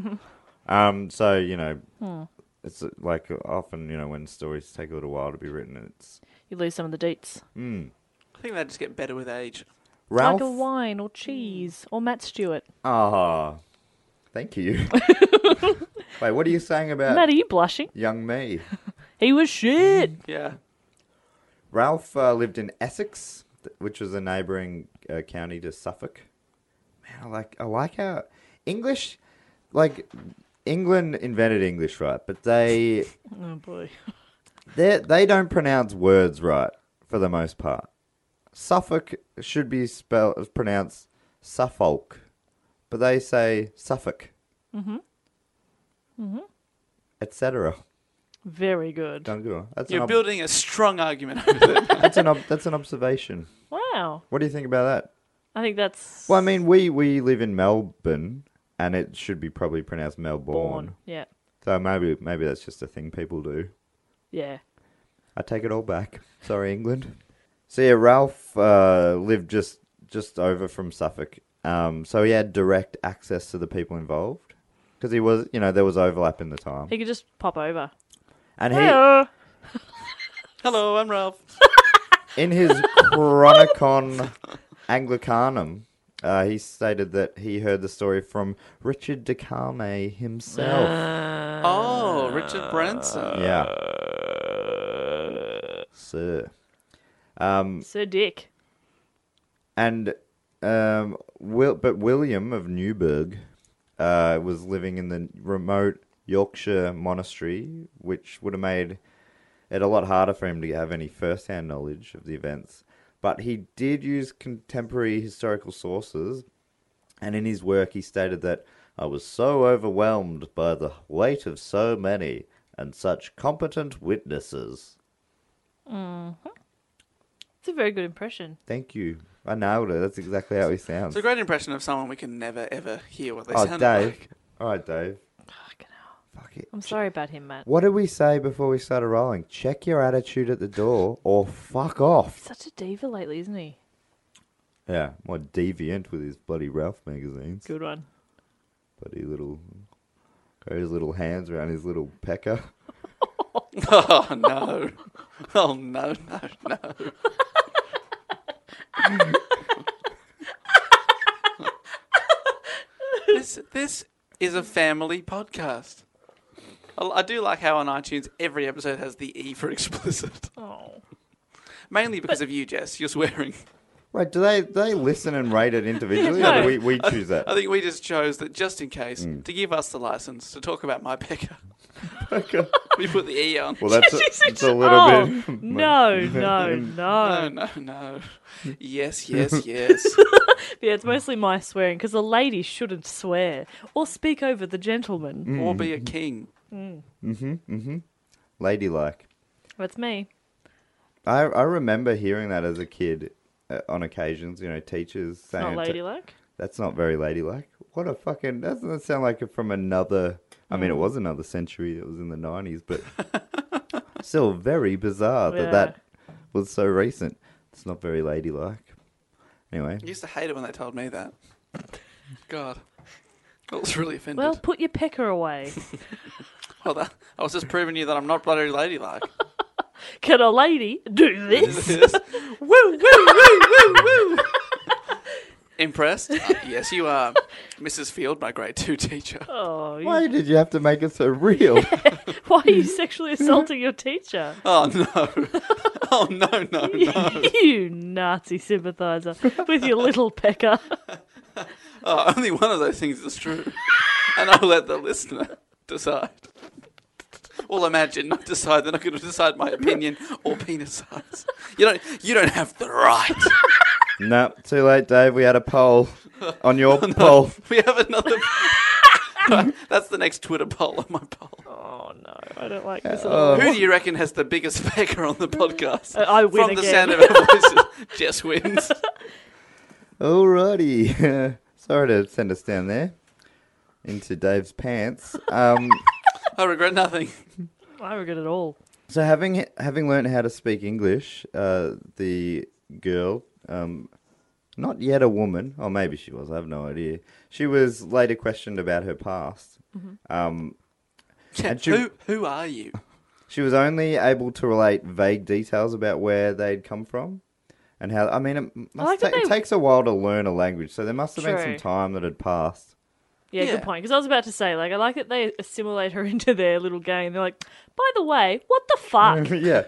um, so, you know, Hmm. it's uh, like often, you know, when stories take a little while to be written, it's. You lose some of the deets. I think they just get better with age. Ralph. Like a wine or cheese or Matt Stewart. Ah, thank you. Wait, what are you saying about Matt, are you blushing? young me? He was shit. Mm. Yeah. Ralph uh, lived in Essex, th- which was a neighbouring uh, county to Suffolk. Man, I like I like how English, like England invented English, right? But they Oh boy. they they don't pronounce words right for the most part. Suffolk should be spelled pronounced Suffolk, but they say Suffolk. Mm-hmm. Mm-hmm. Etc. Very good. Don't go. That's an, You're ob- building a strong argument over there. that's an ob- that's an observation. Wow, Wow. What do you think about that? I think that's Well, I mean, we, we live in Melbourne, and it should be probably pronounced Melbourne. born. Yeah. So maybe maybe that's just a thing people do. Yeah. I take it all back. Sorry, England. So yeah, Ralph uh, lived just just over from Suffolk, um, so he had direct access to the people involved because he was, you know, there was overlap in the time, He could just pop over. and he Hello. Hello, I'm Ralph. in his Chronicon Anglicanum. Uh, he stated that he heard the story from Richard de Carme himself. oh, Richard Branson. yeah, sir. Um, Sir Dick. And um, Will, but William of Newburgh uh, was living in the remote Yorkshire monastery, which would have made it a lot harder for him to have any first-hand knowledge of the events. But he did use contemporary historical sources, and in his work he stated that I was so overwhelmed by the weight of so many and such competent witnesses. It's a very good impression. Thank you. I nailed it. That's exactly how he sounds. It's a great impression of someone we can never ever hear what they Oh, sound Dave. like. All right, Dave. Fucking hell. Fuck it. I'm sorry about him, Matt. What did we say before we started rolling? Check your attitude at the door or fuck off. Such a diva lately, isn't he? Yeah, more deviant with his bloody Ralph magazines. Good one. Bloody little. Got his little hands around his little pecker. Oh no. Oh no, no, no. this this is a family podcast. I, I do like how on iTunes every episode has the E for explicit. Oh. Mainly because of you, Jess. You're swearing. Wait, do they do they listen and rate it individually or do we, we choose that? I think we just chose that just in case to give us the license to talk about my pecker. we put the E on. Well, that's a, Jesus, it's a little oh, bit. No, no, no. no, no, no. Yes, yes, yes. Yeah, it's mostly my swearing because a lady shouldn't swear or speak over the gentleman. Mm. or be a king. Ladylike. That's me. I, I remember hearing that as a kid uh, on occasions, you know, teachers saying. Not it to- ladylike. That's not very ladylike. What a fucking. Doesn't that sound like it from another. I Mm. mean, it was another century. It was in the 90s, but still very bizarre that Yeah. that was so recent. It's not very ladylike. Anyway, I used to hate it when they told me that. God. I was really offended. Well, Well, put your pecker away. that, I was just proving you that I'm not bloody ladylike. Can a lady do this? woo, woo. Impressed? Uh, yes, you are. Mrs. Field, my grade two teacher. Oh, you- why did you have to make it so real? why are you sexually assaulting your teacher? Oh, no. Oh, no, no, no. you Nazi sympathiser with your little pecker. Oh, only one of those things is true. And I'll let the listener decide. Well, imagine, not decide. They're not going to decide my opinion or penis size. You don't, you don't have the right. no, too late, Dave. We had a poll on your poll. We have another. That's the next Twitter poll on my poll. Oh no, I don't like this. Uh, Who do you reckon has the biggest pecker on the podcast? Uh, I win From the again. sound of our voices, Jess wins. Alrighty. Sorry to send us down there into Dave's pants. Um. I regret nothing. I regret it all. So having having learned how to speak English, uh, the girl, um, not yet a woman, or maybe she was, I have no idea. She was later questioned about her past. Mm-hmm. Um, And you- Who, who are you? she was only able to relate vague details about where they'd come from, and how. I mean, it, must like ta- that it they- takes a while to learn a language, so there must have been some True. time that had passed. Yeah, Yeah. good point. Because I was about to say, like, I like that they assimilate her into their little gang. They're like, by the way, what the fuck? Remember yeah,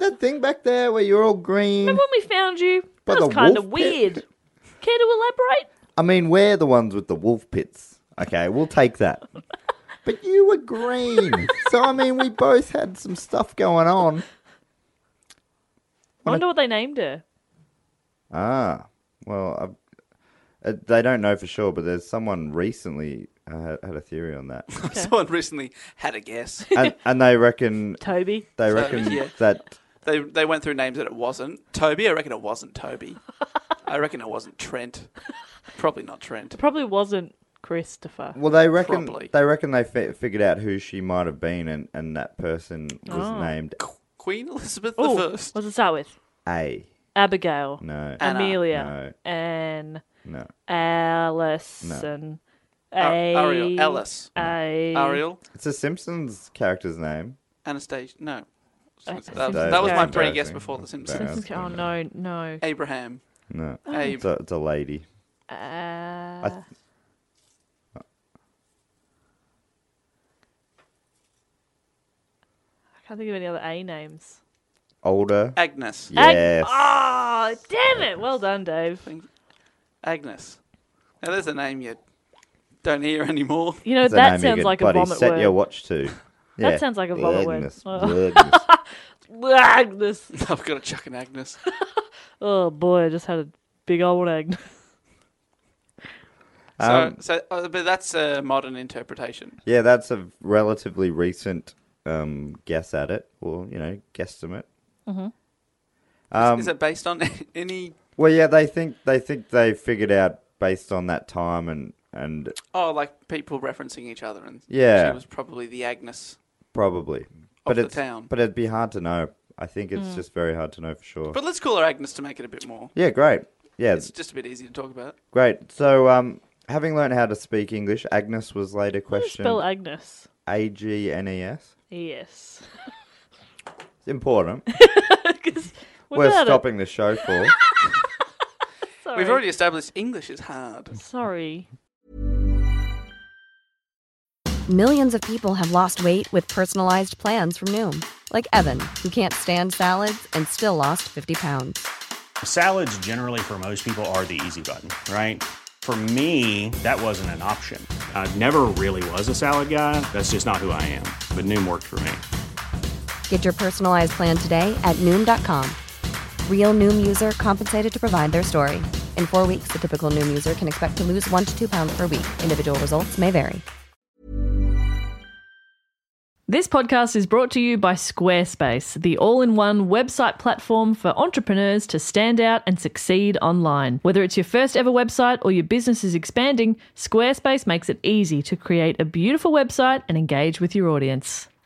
that thing back there where you're all green. when we found you? By That was the kind of wolf pit. weird. Care to elaborate? I mean, we're the ones with the wolf pits. Okay, we'll take that. But you were green. so, I mean, we both had some stuff going on. Wonder what they named her. Ah, well, I, uh, they don't know for sure, but there's someone recently uh, had- had a theory on that. Someone recently had a guess. and, and they reckon, Toby. they reckon yeah. that They they went through names that it wasn't. Toby, I reckon it wasn't Toby. I reckon it wasn't Trent. Probably not Trent. Probably wasn't Christopher. Well, they reckon Probably. they reckon they fi- figured out who she might have been, and, and that person was Oh. named Queen Elizabeth Oh, the what's First. Uh, it start with? A. Abigail, No, Anna. Amelia, Anne, no. Allison, Ar- A- Ariel, Alice, Uh, A- Ariel, It's a Simpsons character's name. Anastasia. No, that, Simpsons that was my character. pre guess before the That's Simpsons. embarrassing. Simpsons- Oh no, no. Abraham, No, Abe. it's a, it's a lady. Uh, I th- I can't think of any other A names. older. Agnes, Ag- Yes. Oh, damn it! Well done, Dave. Agnes. Now there's a name you don't hear anymore. You know It's a that name you sounds can like a bloody vomit set word. your watch to. Yeah. sounds like a vomit word. Agnes, Oh. Agnes. Agnes. I've got to chuck an Agnes. Oh boy, I just had a big old one, Agnes. Um, so, so uh, but that's a modern interpretation. Yeah, that's a relatively recent um, guess at it, or you know, guesstimate. Um, Is it based on any? Well, yeah, they think they think they figured out based on that time and and Oh, like people referencing each other, and Yeah. she was probably the Agnes. probably, but the it's town. but it'd be hard to know. I think it's Hmm. just very hard to know for sure. But let's call her Agnes to make it a bit more. yeah, great. Yeah, It's just a bit easier to talk about. great. So, um, having learned how to speak English, Agnes was later How do you questioned. spell Agnes? A G N E S. Yes. It's important. 'Cause we're We're bad at- stopping the show for. Sorry. We've already established English is hard. Sorry. Millions of people have lost weight with personalized plans from Noom, like Evan, who can't stand salads and still lost 50 pounds. Salads, generally, for most people, are the easy button, right? For me, that wasn't an option. I never really was a salad guy. That's just not who I am. But Noom worked for me. Get your personalized plan today at Noom.com. Real Noom user compensated to provide their story. In four weeks, the typical Noom user can expect to lose one to two pounds per week. Individual results may vary. This podcast is brought to you by Squarespace, the all in one website platform for entrepreneurs to stand out and succeed online. Whether it's your first ever website or your business is expanding, Squarespace makes it easy to create a beautiful website and engage with your audience.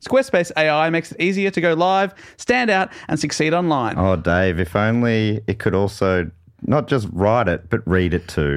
Squarespace AI makes it easier to go live, stand out, and succeed online. oh, Dave, if only it could also not just write it, but read it too.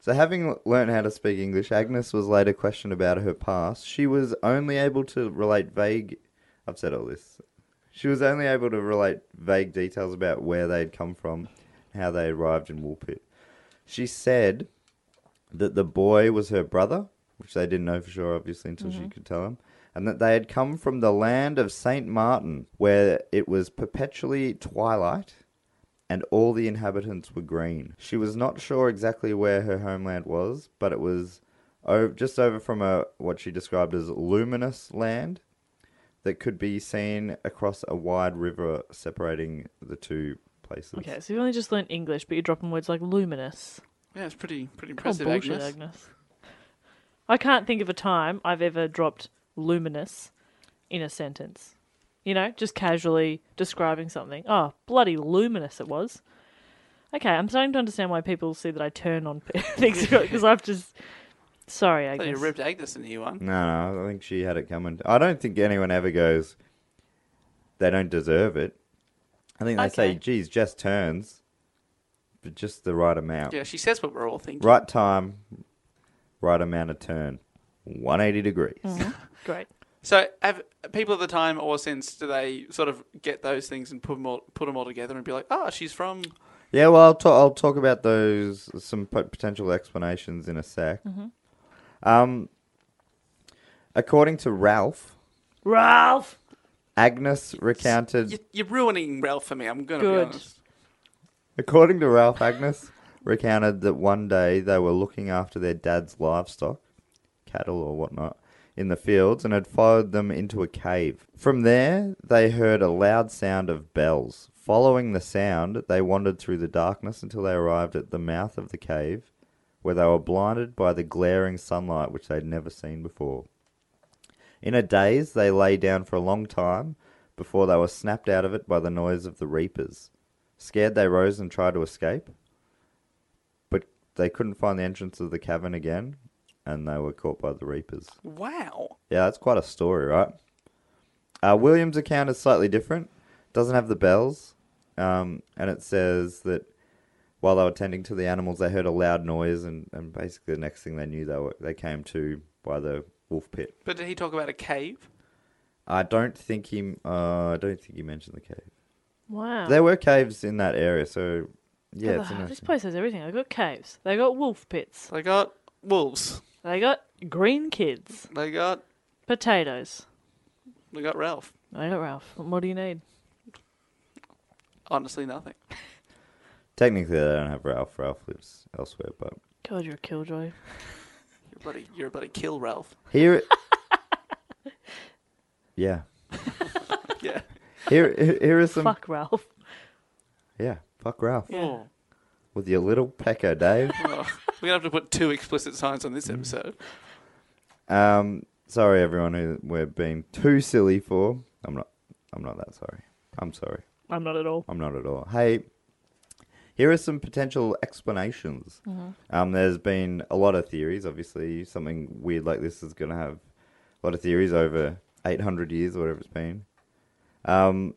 So, having l- learned how to speak English, Agnes was later questioned about her past. She was only able to relate vague. I've said all this. She was only able to relate vague details about where they'd come from, how they arrived in Woolpit. She said that the boy was her brother, which they didn't know for sure, obviously, until she could tell him, and that they had come from the land of Saint Martin, where it was perpetually twilight and all the inhabitants were green. She was not sure exactly where her homeland was, but it was o- just over from a what she described as luminous land that could be seen across a wide river separating the two places. Okay, so you've only just learned English, but you're dropping words like luminous. Yeah, it's pretty pretty Call impressive, bullshit, Agnes. I can't think of a time I've ever dropped luminous in a sentence. You know, just casually describing something. Oh, bloody luminous it was. Okay, I'm starting to understand why people see that I turn on pe- things because I've just. Sorry, I thought Oh, you Agnes. ripped Agnes a new one. No, no, I think she had it coming. I don't think anyone ever goes, they don't deserve it. I think they say, Okay. geez, Jess turns. but just the right amount. Yeah, she says what we're all thinking. Right time, right amount of turn. 180 degrees. Mm-hmm. Great. So, have people at the time or since do they sort of get those things and put them all, put them all together and be like, ah, she's from Yeah, well, I'll, ta- I'll talk about those, some po- potential explanations in a sec. Mm-hmm. Um, according to Ralph, Ralph. Agnes recounted. You- You're ruining Ralph for me. I'm gonna Good. be honest. According to Ralph, Agnes recounted that one day they were looking after their dad's livestock, cattle or whatnot, in the fields and had followed them into a cave. From there, they heard a loud sound of bells. Following the sound, they wandered through the darkness until they arrived at the mouth of the cave, where they were blinded by the glaring sunlight which they'd never seen before. In a daze, they lay down for a long time before they were snapped out of it by the noise of the reapers. Scared, they rose and tried to escape, but they couldn't find the entrance of the cavern again, and they were caught by the reapers. Wow. Yeah, that's quite a story, right? Uh, William's account is slightly different. Doesn't have the bells, um, and it says that while they were tending to the animals, they heard a loud noise, and, and basically the next thing they knew, they were they came to by the wolf pit. But did he talk about a cave? I don't think he. Uh, I don't think he mentioned the cave. Wow. There were caves in that area, so yeah, Oh, it's this interesting. place has everything. They got caves. They got wolf pits. They got wolves. They got green kids. They got Potatoes. they got Ralph. They got Ralph. What more do you need? Honestly, nothing. Technically, they don't have Ralph. Ralph lives elsewhere, but God, you're a killjoy. You're bloody, you're a bloody kill Ralph. here. yeah, Yeah. here, here is some. Fuck Ralph. Yeah, fuck Ralph Oh. with your little pecker, Dave. Oh. We're gonna have to put two explicit signs on this episode. um, sorry everyone who we're being too silly for. I'm not. I'm not that sorry. I'm sorry. I'm not at all. I'm not at all. Hey, here are some potential explanations. Um, there's been a lot of theories. Obviously, something weird like this is going to have a lot of theories over 800 years or whatever it's been. Um,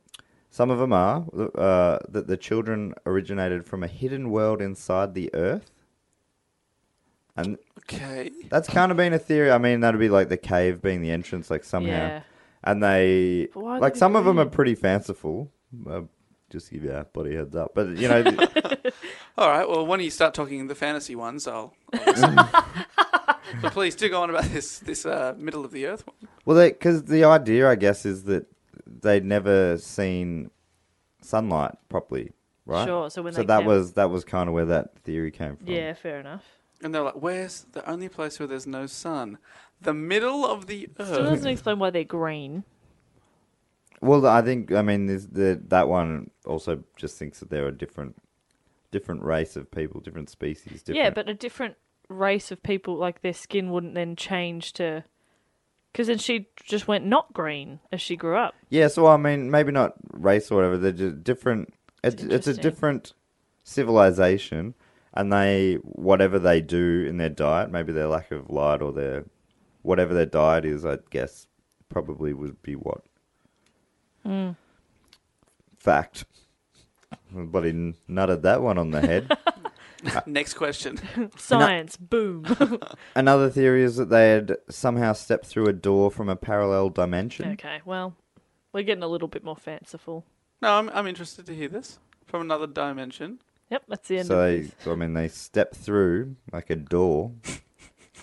some of them are uh, that the children originated from a hidden world inside the earth. And Okay. that's kind of been a theory. I mean, that'd be like the cave being the entrance, like somehow. Yeah. And they But why would like they some of them do are pretty fanciful. Uh, just give you a bloody heads up, but you know, All right. Well, when you start talking the fantasy ones, I'll. I'll listen. but please do go on about this this uh, middle of the earth one. well, because the idea, I guess, is that they'd never seen sunlight properly, right? Sure, so when so they that came- was that was kind of where that theory came from. Yeah, fair enough. And they're like, "Where's the only place where there's no sun? The middle of the uh, Still earth." doesn't explain why they're green. Well, I think I mean this, the, that one also just thinks that they're a different, different race of people, different species. Different... Yeah, but a different race of people, like their skin wouldn't then change to. Because then she just went not green as she grew up. Yeah, so I mean, maybe not race or whatever. They're just different. It's, it's a interesting. different civilization, and they whatever they do in their diet, maybe their lack of light or their whatever their diet is, I guess probably would be what Hmm. fact. Bloody nutted that one on the head. Next question. Science, boom. Another theory is that they had somehow stepped through a door from a parallel dimension. okay, well, we're getting a little bit more fanciful. No, I'm I'm interested to hear this from another dimension. Yep, that's the end So of they, this. so I mean, they step through like a door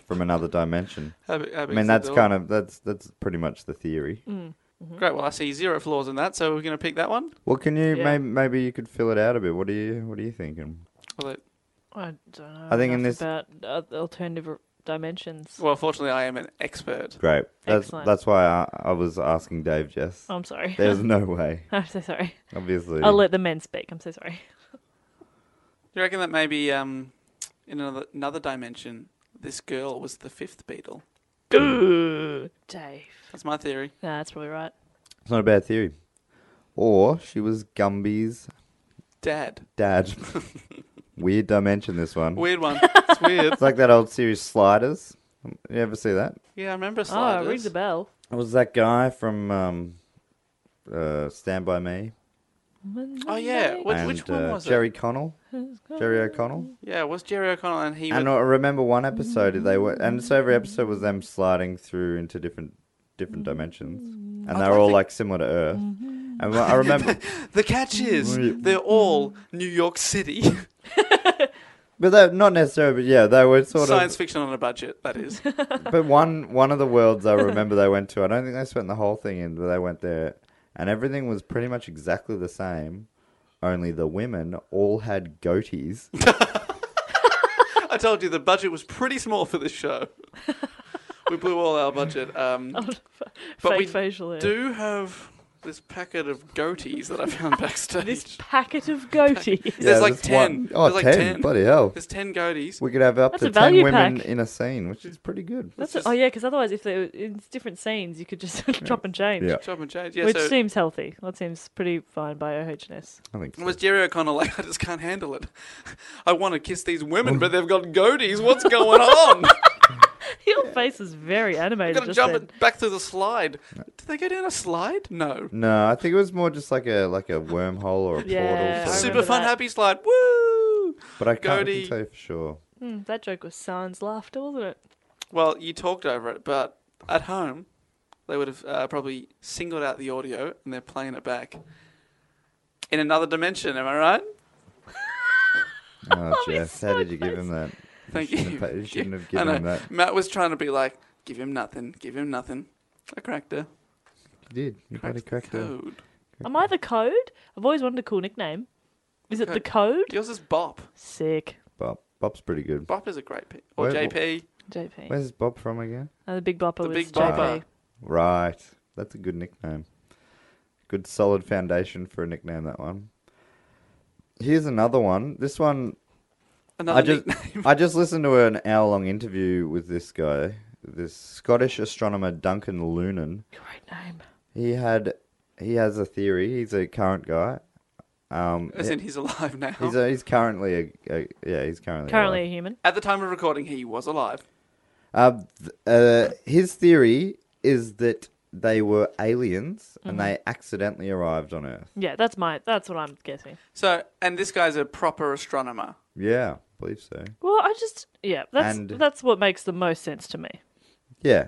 from another dimension. How, bi- how I mean, that's kind of that's that's pretty much the theory. Mm. great. Well, I see zero flaws in that, so we're going to pick that one. Well, can you Yeah. maybe maybe you could fill it out a bit? What are you what are you thinking? Although, I don't know. I think in enough this- about uh, alternative r- dimensions. well, fortunately, I am an expert. Great. That's Excellent. that's why I, I was asking Dave Jess. I'm sorry. There's no way, I'm so sorry. obviously. I'll let the men speak. I'm so sorry. Do you reckon that maybe um, in another another dimension, this girl was the fifth beetle? Ooh, Dave. That's my theory. Nah, that's probably right. It's not a bad theory. Or she was Gumby's Dad, dad. Weird dimension this one. weird one. It's weird. It's like that old series Sliders. You ever see that? Yeah, I remember Oh, sliders. rings a bell. It was that guy from um, uh, Stand by Me Oh, yeah. Which, and which one uh, was Jerry Connell. It's Jerry O'Connell. Yeah, it was Jerry O'Connell, and he And was, I remember one episode they were, and so every episode was them sliding through into different different dimensions, and they were all like similar to Earth. And I remember, the catch is they're all New York City but they not necessarily. But yeah, they were sort science of. fiction on a budget. That is, But one one of the worlds I remember they went to. I don't think they spent the whole thing in, but they went there, and everything was pretty much exactly the same. Only the women all had goatees. I told you the budget was pretty small for this show. we blew all our budget. Um, but Oh, Fake we facial hair. do have this packet of goatees that I found backstage. This packet of goatee. There's like this one- 10. Oh, There's 10, like 10. Bloody hell. There's ten goatees. We could have up That's to a 10 value women pack. in a scene, which is pretty good. That's a- oh yeah, because otherwise, if they were in different scenes, you could just drop and change, Yeah. Chop and change. Yeah, which so seems healthy. That seems pretty fine by OHS. I think so. it was Jerry O'Connell like, I just can't handle it. I want to kiss these women, but they've got goatees. What's going on? Your face is very I've animated. got to Just jump then. it back to the slide. Did they go down a slide? No. No, I think it was more just like a like a wormhole or a Yeah, portal. I sort of. Super remember fun, that. happy slide. Woo! But I can't I Goatee. can tell you for sure. Hmm, that joke was sans laughter, wasn't it? Well, you talked over it, but at home, they would have uh, probably singled out the audio and they're playing it back in another dimension. Am I right? Oh, Jeff, how did you give him that? Thank shouldn't you. have pa- you shouldn't have I given know. him that. Matt was trying to be like, give him nothing, give him nothing. I cracked her. You did. You bloody cracked it. Code. Am I the code? I've always wanted a cool nickname. Is it the code? Yours is Bop. Sick, Bob. Bob's pretty good. Bop is a great pick. Or Where- JP. JP. Where's Bob from again? Oh, the Big Bopper The was Big JP. Bopper. Right. That's a good nickname. Good solid foundation for a nickname, that one. Here's another one. This one Another I just nickname. I just listened to an hour long interview with this guy, this Scottish astronomer Duncan Lunan. Great name. He had he has a theory. He's a current guy. Um, As in, he's alive now. he's a, he's currently a, a yeah he's currently Currently a alive. human. At the time of recording, he was alive. Uh, th- uh, his theory is that they were aliens and Mm-hmm. they accidentally arrived on Earth. Yeah, that's my. That's what I'm guessing. So, and this guy's a proper astronomer. Yeah, I believe so. Well, I just yeah. That's And- that's what makes the most sense to me. Yeah,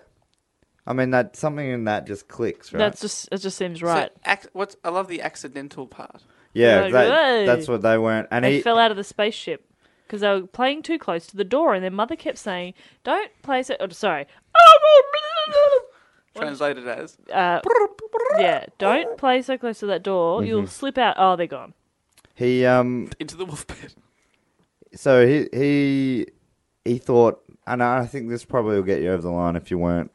I mean that something in that just clicks, right? That's just it. Just seems right. So, ac- what's, I love the accidental part. yeah, Like, that- "Hey!" that's what they weren't. And they he fell out of the spaceship because they were playing too close to the door, and their mother kept saying, "Don't place it." Oh, sorry. Translated as. Uh, yeah, don't play so close to that Mm-hmm. door. You'll slip out. Oh, they're gone. he um Into the wolf pit. so he he he thought, and I think this probably will get you over the line if you weren't.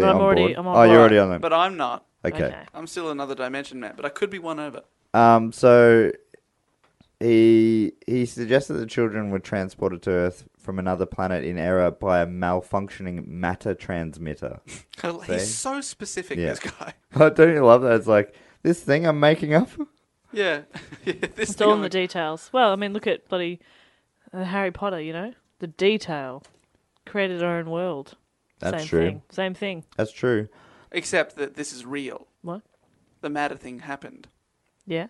fully but I'm on already- board. I'm oh, on you're board. already on them. But I'm not. okay. Okay. I'm still another dimension, Matt, but I could be won over. Um. So he he suggested that children were transported to Earth from another planet in error by a malfunctioning matter transmitter. See? He's so specific, Yeah. this guy. Don't you love that? It's like this thing I'm making up. Yeah. yeah this It's thing all I'm in the a- details. Well, I mean, look at bloody uh, Harry Potter. You know, the detail created our own world. That's Same true. Thing. Same thing. That's true. Except that this is real. What? The matter thing happened. Yeah.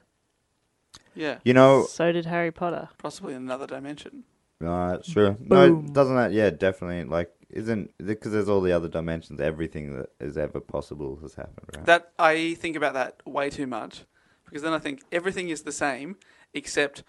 Yeah. You know. So did Harry Potter. Possibly in another dimension. No, that's uh, true. No, doesn't that? Yeah, definitely. Like, isn't because there's all the other dimensions. Everything that is ever possible has happened. Right? That I think about that way too much because then I think everything is the same except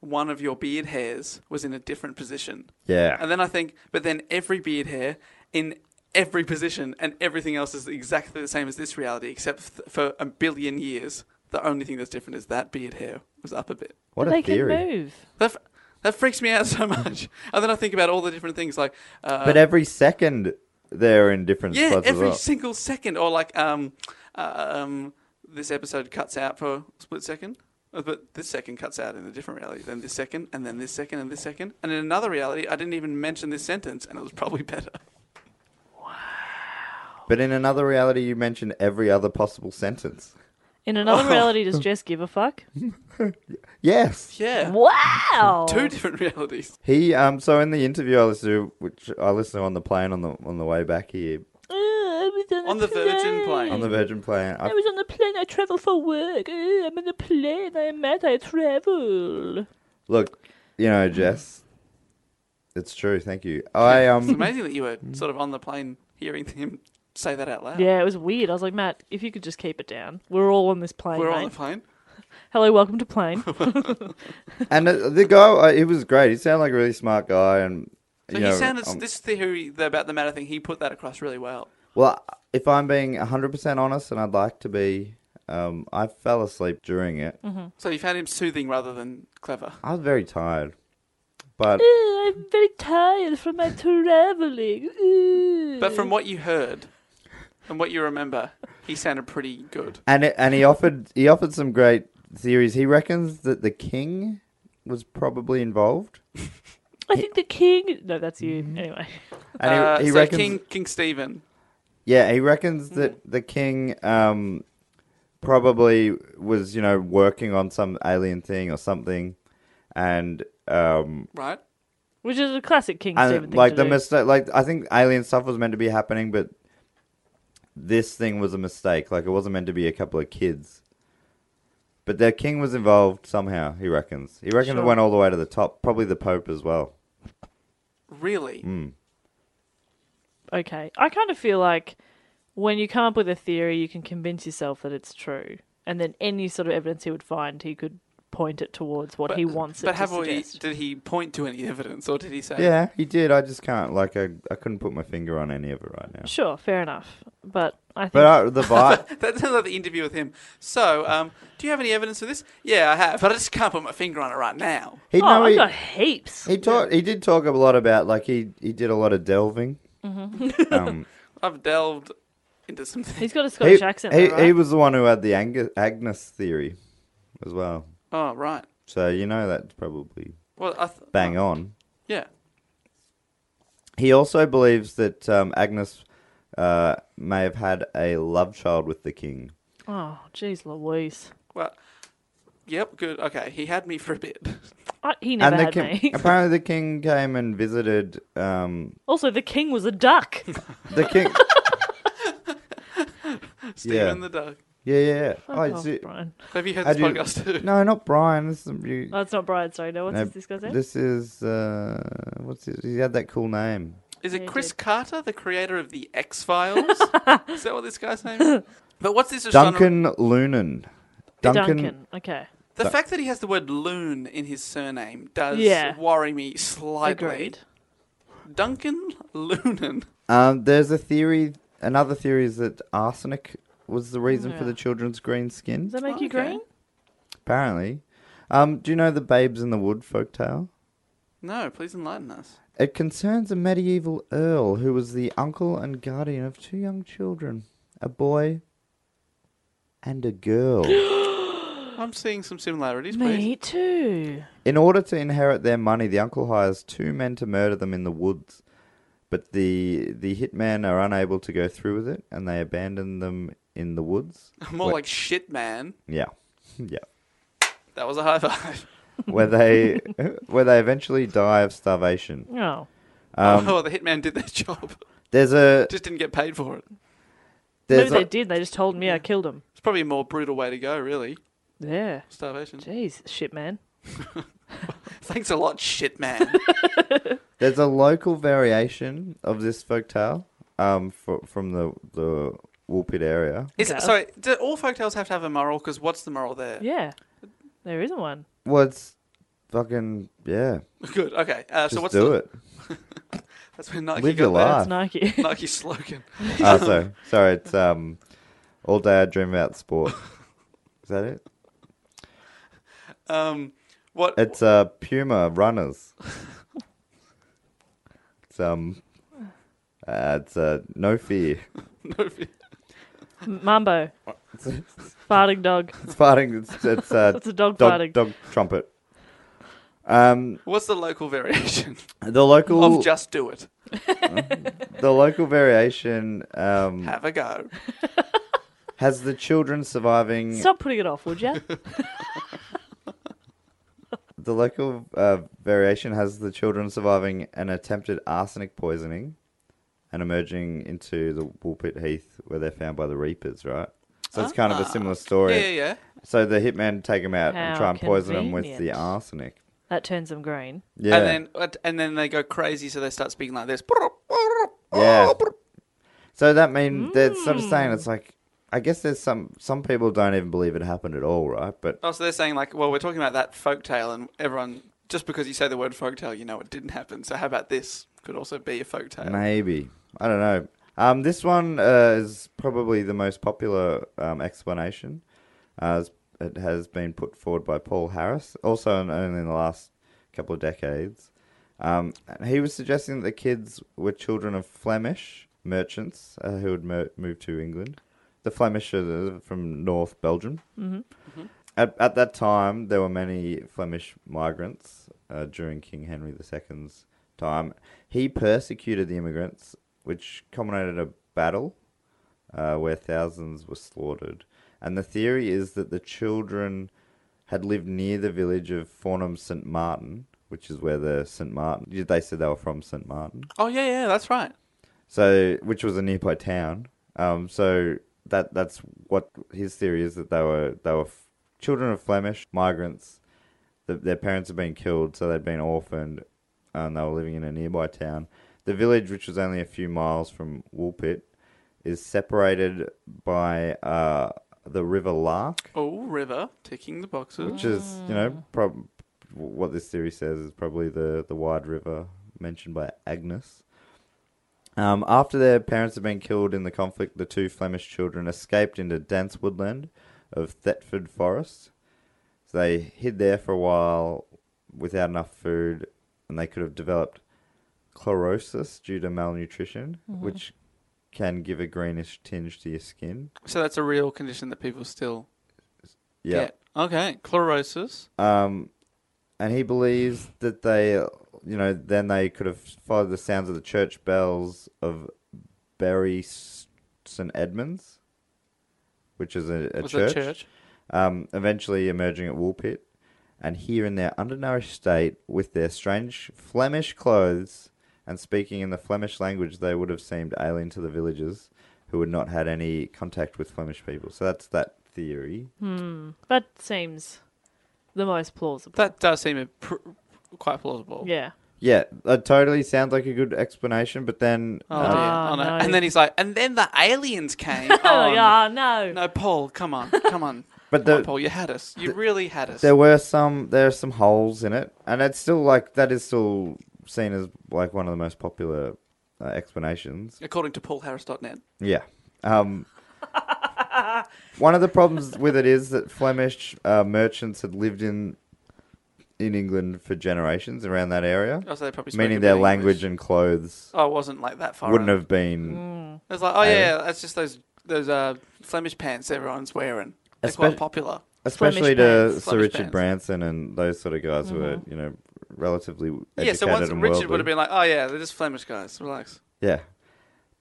one of your beard hairs was in a different position. Yeah. And then I think, but then every beard hair in every position and everything else is exactly the same as this reality except th- for a billion years. The only thing that's different is that beard hair was up a bit. What But a they theory. can move. That, f- that freaks me out so much. and then I think about all the different things like. Uh, But every second they're in different Yeah, spots every as well. single second, or like um, um, this episode cuts out for a split second, uh, but this second cuts out in a different reality. Then this second, and then this second, and this second, and in another reality, I didn't even mention this sentence, and it was probably better. But in another reality, you mentioned every other possible sentence. In another reality, does Jess give a fuck? Yes, Yeah, Wow. two different realities. he. Um. So in the interview I listened to, which I listened to on the plane on the on the way back here Uh, I was on, On the Virgin plane. on the Virgin plane, I, I was on the plane. I travel for work. Uh, I'm on the plane. I'm mad. I travel. look, You know, Jess. It's true. Thank you. I It's um. amazing that you were sort of on the plane hearing him say that out loud. Yeah, it was weird. I was like, Matt, if you could just keep it down. We're all on this plane, We're mate. on the plane. Hello, welcome to plane. And the, the guy, uh, he was great. He sounded like a really smart guy, and So you he know, sounded um, this theory about the matter thing. He put that across really well. Well, if I'm being 100% honest, and I'd like to be, um, I fell asleep during it. So you found him soothing rather than clever. I was very tired. But I'm very tired from my traveling. But from what you heard and what you remember, he sounded pretty good. and it, and he offered he offered some great theories. He reckons that the king was probably involved. I think the king. No, that's you. Anyway, And he, Uh, he so reckons King Mm-hmm. King Stephen. Yeah, he reckons that the king um, probably was, you know, working on some alien thing or something, and um, right? which is a classic King Stephen and thing like to the do. mistake, like I think alien stuff was meant to be happening, but this thing was a mistake. Like it wasn't meant to be a couple of kids. But their king was involved somehow. He reckons. He reckons Sure. it went all the way to the top. Probably the pope as well. Really? Hmm. okay. I kind of feel like when you come up with a theory, you can convince yourself that it's true, and then any sort of evidence he would find, he could point it towards what he wants But it have to we, suggest. did he point to any evidence, or did he say? Yeah, he did. I just can't. Like I, I couldn't put my finger on any of it right now. Sure, fair enough. But I think But uh, the vibe. That sounds like the interview with him. So, um, do you have any evidence of this? Yeah, I have, but I just can't put my finger on it right now. He, oh, no, I've he- got heaps. He talked. He did talk a lot about like he he did a lot of delving. um, I've delved into some things. He's Mm-hmm. got a he, Scottish accent. he, though, right? he was the one who had the Angus, Agnes theory as well. Oh, right. So you know that's probably Well, I th- bang on. Yeah. He also believes that um, Agnes uh, may have had a love child with the king. Oh, jeez, Louise. Well, yep. Good. Okay. He had me for a bit. I, he never and the had king, me. apparently the king came and visited um, also, the king was a duck. the king. Stephen Yeah. the dog. yeah, yeah. yeah. Oh, oh, it's it- Brian. Have you heard I this do- podcast too? No, not Brian. This is you, Oh, it's not Brian, sorry. No, what's No, this guy's name? This is uh, what's his, he had that cool name. Is it he Chris did. Carter, the creator of the X Files? is that what this guy's name? is? But what's this? genre- Duncan Lunan. Duncan. Duncan, Okay. The fact that he has the word "loon" in his surname does Yeah. worry me slightly. Agreed. Duncan Loonan. Um, there's a theory. Another theory is that arsenic was the reason Oh, for the children's green skin. Does that make you Oh, Okay. green? Apparently. Um, do you know the Babes in the Wood folktale? No, please enlighten us. It concerns a medieval earl who was the uncle and guardian of two young children, a boy and a girl. I'm seeing some similarities, please. Me too. In order to inherit their money, the uncle hires two men to murder them in the woods, but the the hitmen are unable to go through with it, and they abandon them in the woods. More like shit, man. Yeah, yeah. That was a high five. Where they where they eventually die of starvation. Oh. Um, oh, the hitman did their job. There's a Just didn't get paid for it. there's Maybe a, they did. They just told me I killed him. It's probably a more brutal way to go, really. Yeah. Starvation. Jeez, shit, man. Thanks a lot, shit, man. there's a local variation of this folktale um fro- from the the Woolpit area. Is Okay. sorry, do all folktales have to have a moral? Because what's the moral there? Yeah. There isn't one. Well, it's fucking yeah. Good. Okay. Uh, so Just what's do the, it. That's when Nike Live got your their life. It's Nike. Nike slogan. Ah, sorry, sorry. It's um, all day I dream about sport. Is that it? Um, what? It's uh, Puma runners. It's um, uh, it's uh, no fear. Mambo. Farting dog. It's farting. It's it's uh, That's a dog dog, farting. dog trumpet. Um, What's the local variation the local of just do it? the local variation um Have a go. has the children surviving. Stop putting it off, would you? The local uh, variation has the children surviving an attempted arsenic poisoning and emerging into the Woolpit Heath where they're found by the Reapers, right? So it's kind of a similar story. Ah. Yeah, yeah, yeah. So the hitmen take them out and How try and poison them with the convenient. arsenic. That turns them green. Yeah. And then and then they go crazy, so they start speaking like this. oh, Yeah. So that mean they're sort of Hmm. saying it's like I guess there's some some people don't even believe it happened at all, right? But Oh, so they're saying like, well, we're talking about that folktale, and everyone just because you say the word folktale, you know it didn't happen. So how about this? Could also be a folktale. maybe I don't know. Um, this one uh, is probably the most popular um, explanation. Uh, it's- it has been put forward by Paul Harris, also in, only in the last couple of decades. Um, he was suggesting that the kids were children of Flemish merchants uh, who had mo- moved to England. The Flemish are the- from North Belgium. At, at that time, there were many Flemish migrants uh, during King Henry II's time. He persecuted the immigrants, which culminated in a battle uh, where thousands were slaughtered. And the theory is that the children had lived near the village of Fornham St. Martin, which is where the St. Martin, they said they were from St. Martin Oh yeah, yeah, that's right. so which was a nearby town. Um, so that that's what his theory is that they were they were f- children of Flemish migrants. That their parents had been killed, so they'd been orphaned, and they were living in a nearby town. The village, which was only a few miles from Woolpit, is separated by uh, the River Lark, Oh, river ticking the boxes. which is you know prob- what this theory says is probably the the wide river mentioned by Agnes. Um, after their parents had been killed in the conflict, the two Flemish children escaped into dense woodland of Thetford Forest. So they hid there for a while without enough food, and they could have developed chlorosis due to malnutrition, which can give a greenish tinge to your skin. So that's a real condition that people still Yeah. get. Okay, chlorosis. Um, and he believes that they, you know, then they could have followed the sounds of the church bells of Bury S- St Edmunds, which is a, a was church. a church. Um, eventually emerging at Woolpit, and here in their undernourished state, with their strange Flemish clothes and speaking in the Flemish language, they would have seemed alien to the villagers, who had not had any contact with Flemish people. So that's that theory. That seems the most plausible. That does seem a pr- quite plausible. yeah. Yeah, that totally sounds like a good explanation, but then Oh, um, dear. Oh, no. no. And then he's like, and then the aliens came. oh, Oh, no. yeah, no. No, Paul, come on, come on. But Come on, the- Paul, you had us. You really had us. there were some there are some holes in it, and it's still like that is still seen as like one of the most popular uh, explanations. According to paulharris.net. Yeah. Um, one of the problems with it is that Flemish uh, merchants had lived in in England for generations around that area, Oh, so they probably spoke a meaning bit their English. language and clothes Oh, it wasn't like that far. wouldn't out. have been. It was like, oh yeah, that's just those those uh, Flemish pants everyone's wearing. They're Espe- quite popular. especially to Flemish bands. Sir Flemish Richard bands. Branson and those sort of guys who were, you know, relatively educated Yeah, so once and Richard worldly. would have been like, oh yeah, they're just Flemish guys. Relax. yeah.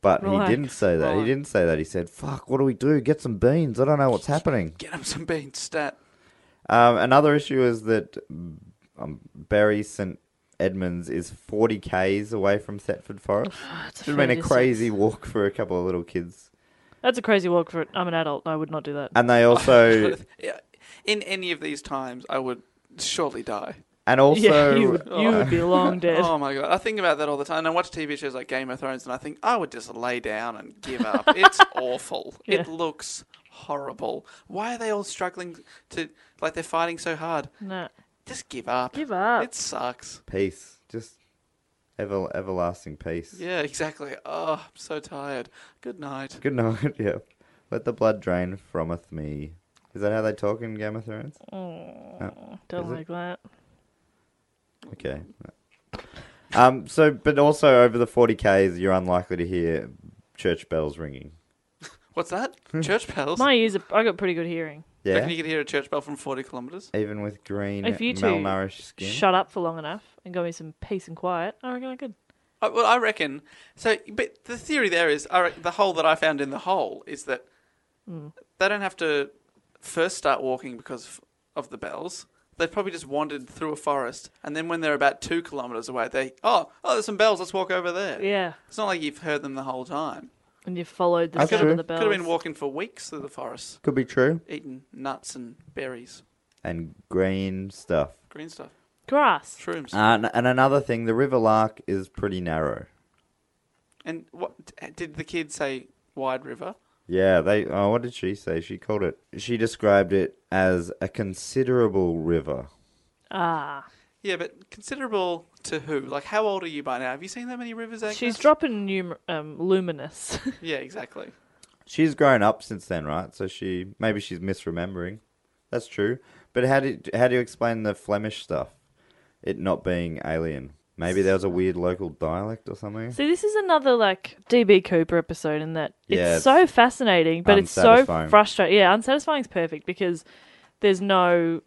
But Right. he didn't say that. He Right. didn't say that. He said, "Fuck, what do we do? Get some beans. I don't know what's happening." Get them some beans, stat. Um, another issue is that um, Barry St Edmunds is 40 k's away from Thetford Forest. It's been a fair crazy walk for a couple of little kids. That's a crazy walk for it. I'm an adult. I would not do that. And they also, Yeah. In any of these times, I would surely die. and also, yeah, you would, you would be long dead. Oh my god, I think about that all the time. And I watch TV shows like Game of Thrones, and I think I would just lay down and give up. It's awful. It Yeah. looks horrible. Why are they all struggling to like they're fighting so hard? No. Just give up. Give up. It sucks. peace, just ever everlasting peace. Yeah, exactly. Oh, I'm so tired. Good night. Good night. Yeah. Let the blood drain frometh me. Is that how they talk in Game of Thrones? Don't Is it? like that. Okay. Um. So, but also over the forty k's, you're unlikely to hear church bells ringing. What's that? Church bells. My ears, are, I got pretty good hearing. Reckon Yeah. you can hear a church bell from 40 kilometers? Even with green, If you two malnourished skin. Shut up for long enough and go me some peace and quiet. I reckon I could. I, Uh, well, I reckon. So, but the theory there is I, rec- the hole that I found in the hole is that Hmm. they don't have to first start walking because f- of the bells. They've probably just wandered through a forest, and then when they're about two kilometers away, they oh oh, there's some bells. Let's walk over there. Yeah. It's not like you've heard them the whole time. And you followed the That's sound true. of the bells. Could have been walking for weeks through the forest, Could be true. eating nuts and berries, And green stuff. green stuff. Grass. Shrooms. And, Uh, and another thing, the River Lark is pretty narrow. and what did the kid say? Wide river. Yeah, they. Oh, what did she say? She called it. She described it as a considerable river. Ah. Yeah, but considerable to who? Like, how old are you by now? Have you seen that many rivers? Agnes? She's dropping num- um, luminous. Yeah, exactly. She's grown up since then, right? So she maybe she's misremembering. That's true. But how do how do you explain the Flemish stuff? It not being alien. Maybe there was a weird local dialect or something. See, this is another like DB Cooper episode in that Yeah, it's so fascinating, but it's so unsatisfying. frustrating. Yeah, unsatisfying is perfect because there's no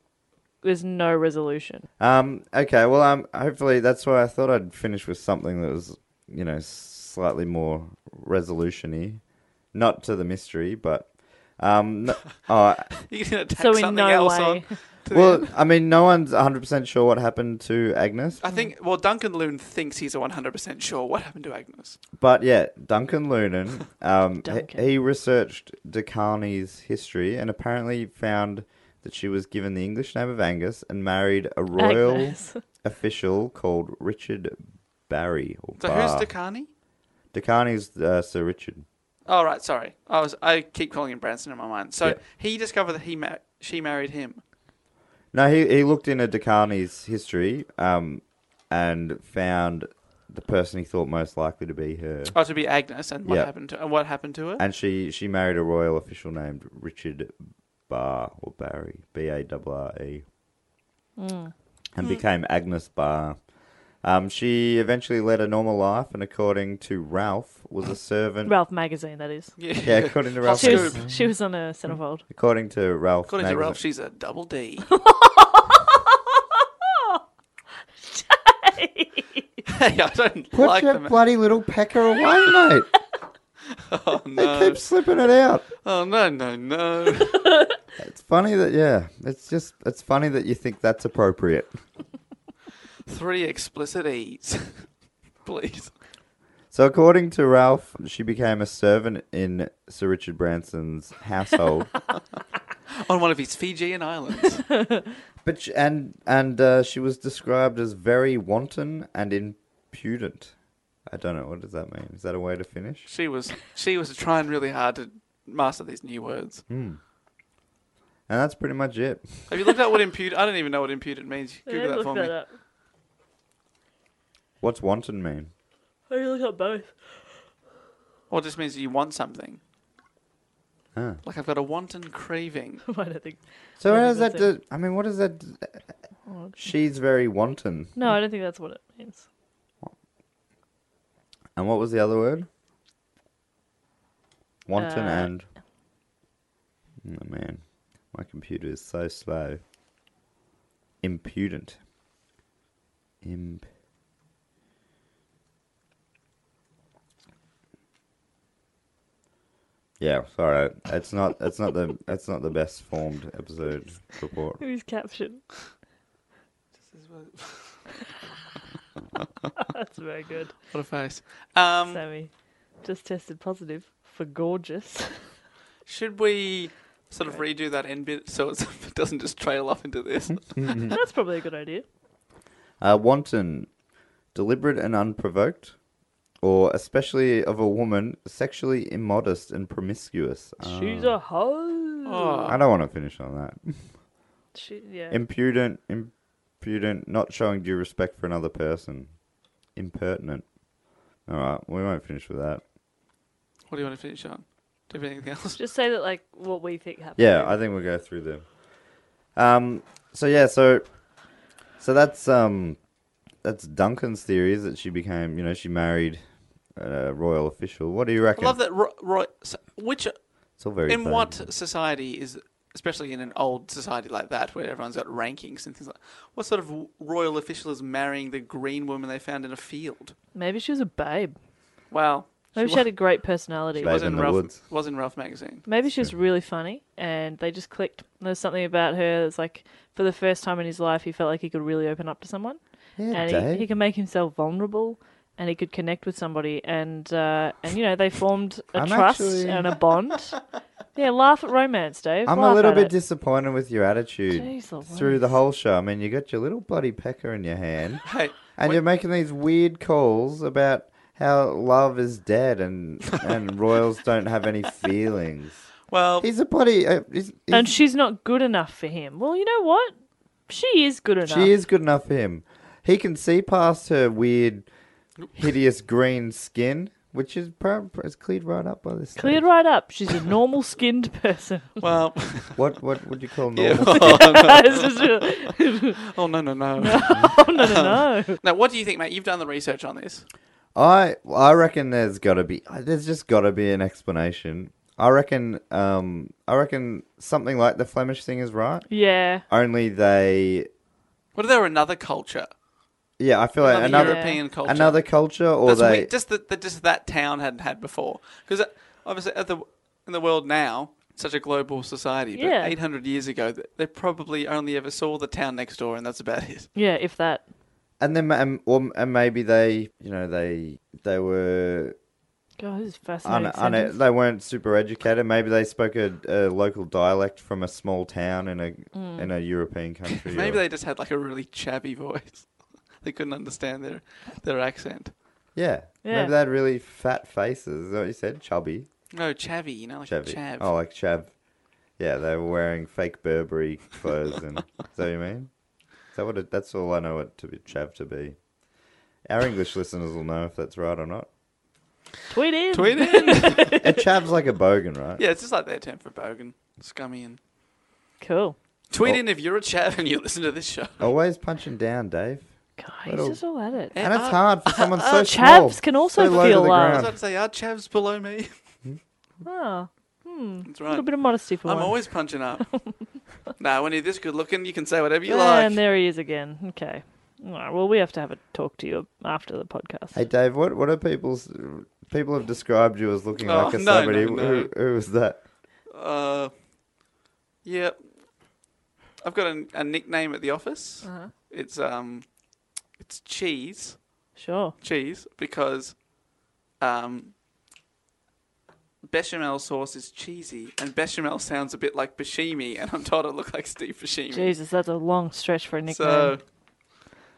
there's no resolution. Um. Okay. Well. Um. Hopefully, that's why I thought I'd finish with something that was, you know, slightly more resolution-y. not to the mystery, but um. No, oh, You're gonna tack So in something no else way. on. to the well, I mean, no one's one hundred percent sure what happened to Agnes, I think, well, Duncan Loon thinks he's 100% sure what happened to Agnes. but yeah, Duncan Lunan, um, Duncan. He, he researched DeCarney's history and apparently found that she was given the English name of Angus and married a royal Agnes. official called Richard Barry. Or So Barr. who's Dakani? Dakani's uh, Sir Richard. Oh, right, sorry. I was I keep calling him Branson in my mind. So Yeah. he discovered that he ma- she married him. No, he, he looked into Dakani's history um, and found the person he thought most likely to be her. Oh, to be Agnes, and what Yeah. happened to and what happened to her? And she, she married a royal official named Richard Barr or Barry, B A R R E, Mm. and became Agnes Barr. Um, she eventually led a normal life, and according to Ralph, was a servant. Ralph magazine, that is. yeah. Yeah, according to Ralph. She was, Scoop. she was on a centerfold. According to Ralph. According to magazine- Ralph, she's a double D. hey, I don't Put like your them. bloody little pecker away, mate. Oh They no! keep slipping it out. Oh no! No! No! It's funny that yeah, it's just it's funny that you think that's appropriate. Three explicit E's, please. So according to Ralph, she became a servant in Sir Richard Branson's household, On one of his Fijian islands. but she, and and uh, she was described as very wanton and impudent. I don't know what does that mean. Is that a way to finish? She was she was trying really hard to master these new words. Hmm? And that's pretty much it. Have you looked at what impudent? I don't even know what impudent means. Google Yeah, that for look me. that up. What's wanton mean? Oh, you look up both. Or it just means you want something. Huh. Like I've got a wanton craving. I don't think. So I how does think that? Oh, that's Do, I mean, what does that? d- She's very wanton. No, I don't think that's what it means. And what was the other word? Wanton Uh, and. Oh, man, my computer is so slow. Impudent. Imp. Yeah, sorry. It's not. It's not the. It's not the best formed episode report. Who's caption? that's very good, What a face. Um, Sammy. Just tested positive for gorgeous. should we sort of redo that end bit so it's, it doesn't just trail off into this? that's probably a good idea. Uh, wanton, deliberate and unprovoked, or especially of a woman, sexually immodest and promiscuous. Uh, She's Ah. a hoe. Oh, I don't want to finish on that. She, yeah. Impudent, impudent, not showing due respect for another person. Impertinent. All right, we won't finish with that. what do you want to finish on? Do you have anything else? Just say that, like, what we think happened. Yeah, I think we'll go through them. Um, so yeah, so so that's um that's Duncan's theory is that she became, you know, she married a royal official. What do you I reckon? love that. Roy, Roy, so- which It's all very in vague. what society is, especially in an old society like that, where everyone's got rankings and things like, what sort of royal official is marrying the green woman they found in a field? Maybe she was a babe. Wow, Maybe she, had a great personality. Babe was in in the Ralph, woods. was in Ralph magazine. Maybe she was really funny, and they just clicked. There's something about her that's like, for the first time in his life, he felt like he could really open up to someone, Yeah, and Dave. he, he can make himself vulnerable. and he could connect with somebody, and uh, and you know they formed a I'm trust actually- and a bond. yeah, laugh at romance, Dave. I'm a Laugh little at bit it. disappointed with your attitude Jeez Louise. through the whole show. I mean, you got your little bloody pecker in your hand, Hey, and you're making these weird calls about how love is dead and and royals don't have any feelings. well, He's a bloody. Uh, he's, he's, and she's not good enough for him. Well, you know what? She is good enough. She is good enough for him. He can see past her weird, hideous green skin, which is per- per- it's cleared right up by this. cleared right up. She's a normal skinned person. well. stage. What what would you call yeah, normal? It's just a- oh no, no, no. oh no no no! now, what do you think, mate? You've done the research on this. I I reckon there's got to be there's just got to be an explanation. I reckon um I reckon something like the Flemish thing is right. Yeah, Only they What if they were another culture? yeah I feel like another Another European culture. another culture or That's they weird. just that that just that town hadn't had before. Because obviously, at the in the world now, it's such a global society. But Yeah. 800 years ago, th- they probably only ever saw the town next door, and that's about it. yeah. If that. and then ma- and, or, and maybe they you know they they were God, this is un, fascinating. un, sentence. they weren't super educated. Maybe they spoke a, a local dialect from a small town in a in a European country. Hmm. Maybe or- they just had like a really chabby voice. they couldn't understand their their accent. yeah. Yeah. Maybe they had really fat faces. Is that what you said? Chubby. No, chavvy. You know, like Chevy. chav. Oh, like Chav. Yeah, they were wearing fake Burberry clothes, and is that what you mean? Is that what it, that's all I know it to be Chav to be. Our English listeners will know if that's right or not. Tweet in. Tweet in. A Chav's like a bogan, right? yeah, it's just like their term for bogan, scummy, and Cool. tweet Oh. in if you're a chav and you listen to this show. Always punching down, Dave. God, Little- he's just all at it. Eh. And it's hard for someone so small. Chavs can also so low to feel the I loved. was ground. about to say, are chavs below me? Oh, That's a right. little bit of modesty for I'm once. always punching up. nah, when you're this good looking, you can say whatever you like. And there he is again. Okay. All right, well, we have to have a talk to you after the podcast. Hey Dave, what what are people's people have described you as looking Oh, like a no, no, celebrity? no. Who, who was that? Uh, yeah, I've got a, a nickname at the office. Uh-huh. It's um, it's cheese, Sure. cheese because um, bechamel sauce is cheesy, and bechamel sounds a bit like Bashimi, and I'm told I look like Steve Bashimi. Jesus, that's a long stretch for a nickname. so,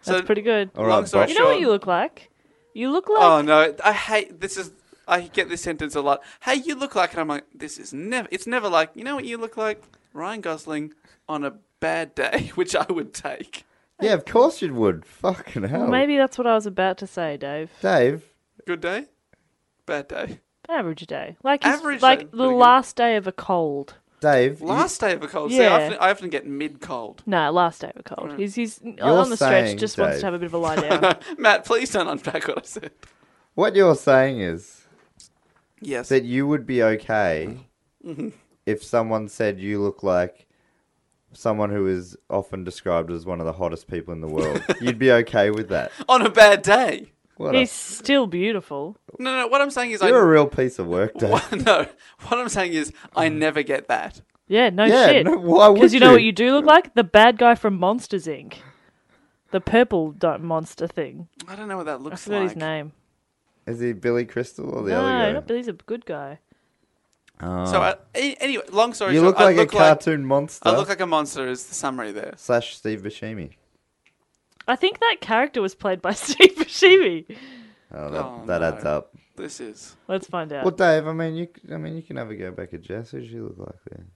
that's so pretty good. All Long right, story Bob. You know what short- you look like? You look like. Oh no, I hate this is I get this sentence a lot. Hey, you look like and I'm like this is never it's never like, you know what you look like? Ryan Gosling on a bad day, which I would take. Yeah, of course you would. Fucking hell, Well, maybe that's what I was about to say, Dave. Dave. Good day? Bad day. Average day. Like his- Average day, like the pretty good. last day of a cold. Dave, you- Last day of a cold. See, Yeah. I often, I often get mid cold. No, last day of a cold. He's, he's on the saying, stretch, just wants Dave. to have a bit of a lie down. Matt, please don't unpack what I said. what you're saying is Yes. that you would be okay if someone said you look like someone who is often described as one of the hottest people in the world. You'd be okay with that. on a bad day. What he's still beautiful. No, no, what I'm saying is a, I you're a real piece of work, Dave. what, no. What I'm saying is I Mm. never get that. Yeah, no Yeah, shit. no, why would Because you know you? what you do look like? The bad guy from Monsters Inc. The purple do- monster thing. I don't know what that I looks forgot like. his name. Is he Billy Crystal or the No, other guy? not, but he's a good guy. So I, a- anyway, long story you short, look like I look a like cartoon monster. I look like a monster is the summary there. slash Steve Buscemi. I think that character was played by Steve Buscemi. Oh, that, Oh, that no. adds up. This is Let's find out. Well, Dave, I mean, you, c- I mean, you can have a go back at Jess. Who does she look like there?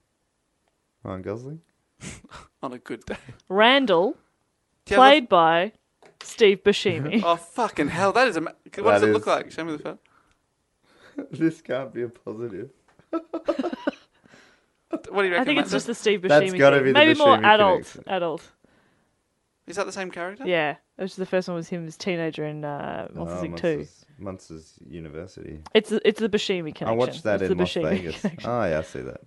Ryan Gosling. on a good day. Randall, Do you have a- played by Steve Buscemi. oh fucking hell! That is a. What does That it look is- like? Show me the photo. this can't be a positive. What do you reckon? I think it's Matt? just the Steve Buscemi. That's gotta thing. be the Maybe more Buscemi adult. connection. Adult. Is that the same character? Yeah. It was the first one was him as teenager in uh, Monsters Inc. 2. Oh, Monsters, Monsters University. It's, the- it's the Buscemi connection. I watched that it's in the Las Buscemi Vegas. connection. Oh yeah, I see that.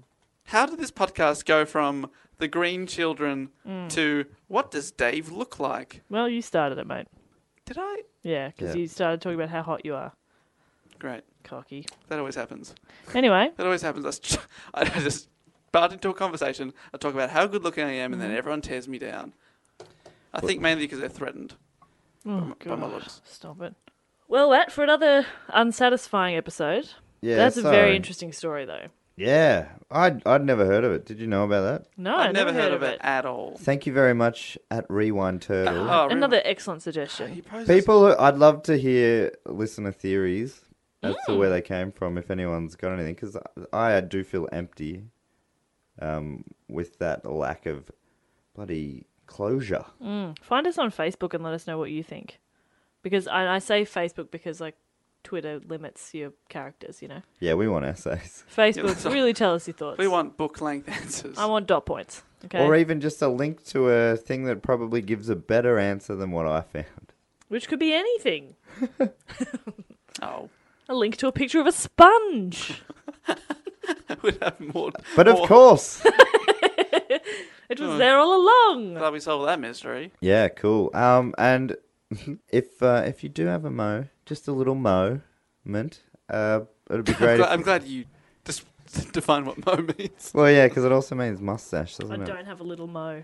How did this podcast go from the green children to what does Dave look like? Well, you started it, mate. Did I? Yeah, because Yeah. you started talking about how hot you are. Great. Cocky. That always happens. Anyway, That always happens. I s- I just bart into a conversation. I talk about how good looking I am, and then everyone tears me down. I think mainly because they're threatened. oh, by my God. looks. stop it. Well, that for another unsatisfying episode. Yeah, That's a sorry. very interesting story, though. Yeah, I'd, I'd never heard of it. Did you know about that? No, I've never heard, of it, at all. Thank you very much at Rewind Turtle. Oh, really? Another excellent He suggestion. poses- People, who- I'd love to hear listener theories as to where they came from, if anyone's got anything, because I, I do feel empty um, with that lack of bloody closure. Find us on Facebook and let us know what you think. Because I, I say Facebook because like Twitter limits your characters, you know. Yeah, we want essays. Facebook, that's all- really tell us your thoughts. We want book length answers. I want dot points. Okay. Or even just a link to a thing that probably gives a better answer than what I found. Which could be anything. Oh, A link to a picture of a sponge. we'd have more. But of more- course, It Hmm. was there all along. Glad we solved that mystery. yeah, cool. Um, and if uh, if you do have a mo, just a little moment, uh, it'd be I'm great. glad, if, I'm glad you just define what mo means. well, yeah, because it also means mustache, doesn't I it? don't have a little mo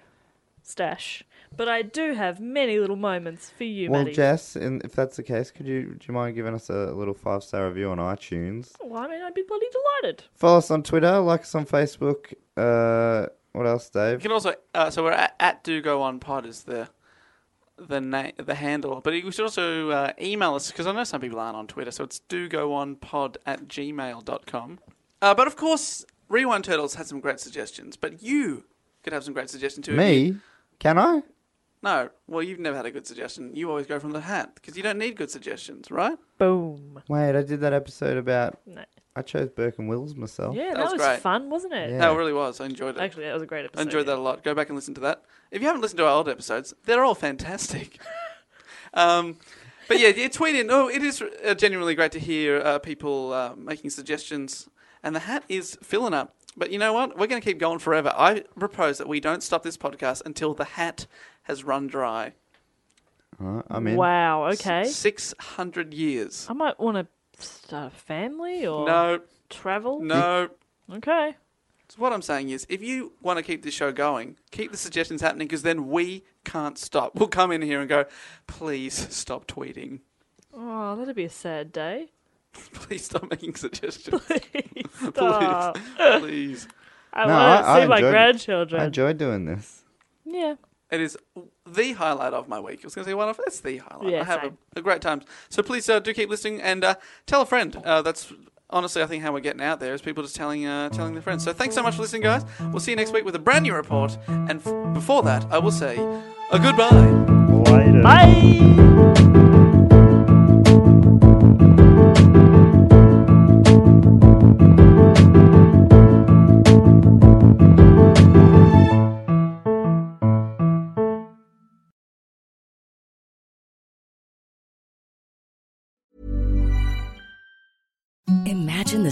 stash, but I do have many little moments for you, Well, Maddie. Jess, in, if that's the case, could you do you mind giving us a little five star review on iTunes? Well, I mean, I'd be bloody delighted. Follow us on Twitter, like us on Facebook. Uh, what else, You Dave? can also uh, so we're at, at do go on pod is the the na- the handle, but you should also uh, email us because I know some people aren't on Twitter, so it's do go on pod at gmail.com. Uh, but of course, Rewind Turtles had some great suggestions, but you could have some great suggestions too. if you- Me? Can I? No, well, you've never had a good suggestion. You always go from the hat because you don't need good suggestions, right? Boom. Wait, I did that episode about No. I chose Burke and Wills myself. Yeah, that, was was, great. fun, wasn't it? Oh. Yeah. No, it really was. I enjoyed it. Actually, that was a great episode. I enjoyed that a lot. Go back and listen to that. If you haven't listened to our old episodes, they're all fantastic. um, but yeah, yeah, tweet in. Oh, it is uh, genuinely great to hear uh, people uh, making suggestions, and the hat is filling up. But you know what? We're going to keep going forever. I propose that we don't stop this podcast until the hat has run dry. Alright, I'm in. Wow, okay. Six hundred years. I might want to start a family or No, travel. no. Okay. So what I'm saying is, if you want to keep this show going, keep the suggestions happening because then we can't stop. We'll come in here and go, please stop tweeting. Oh, that'd be a sad day. Please stop making suggestions. Stop. Please. please. I No, want to I- I see my enjoyed it. grandchildren. I enjoy doing this. yeah. It is the highlight of my week. I was going to say one of that's the highlight. Yeah, I have same. a, a great time. So please uh, do keep listening and uh, tell a friend. Uh, that's honestly, I think how we're getting out there is people just telling uh, telling their friends. So thanks so much for listening, guys. We'll see you next week with a brand new report. And f- before that, I will say a goodbye. Later. Bye. Imagine the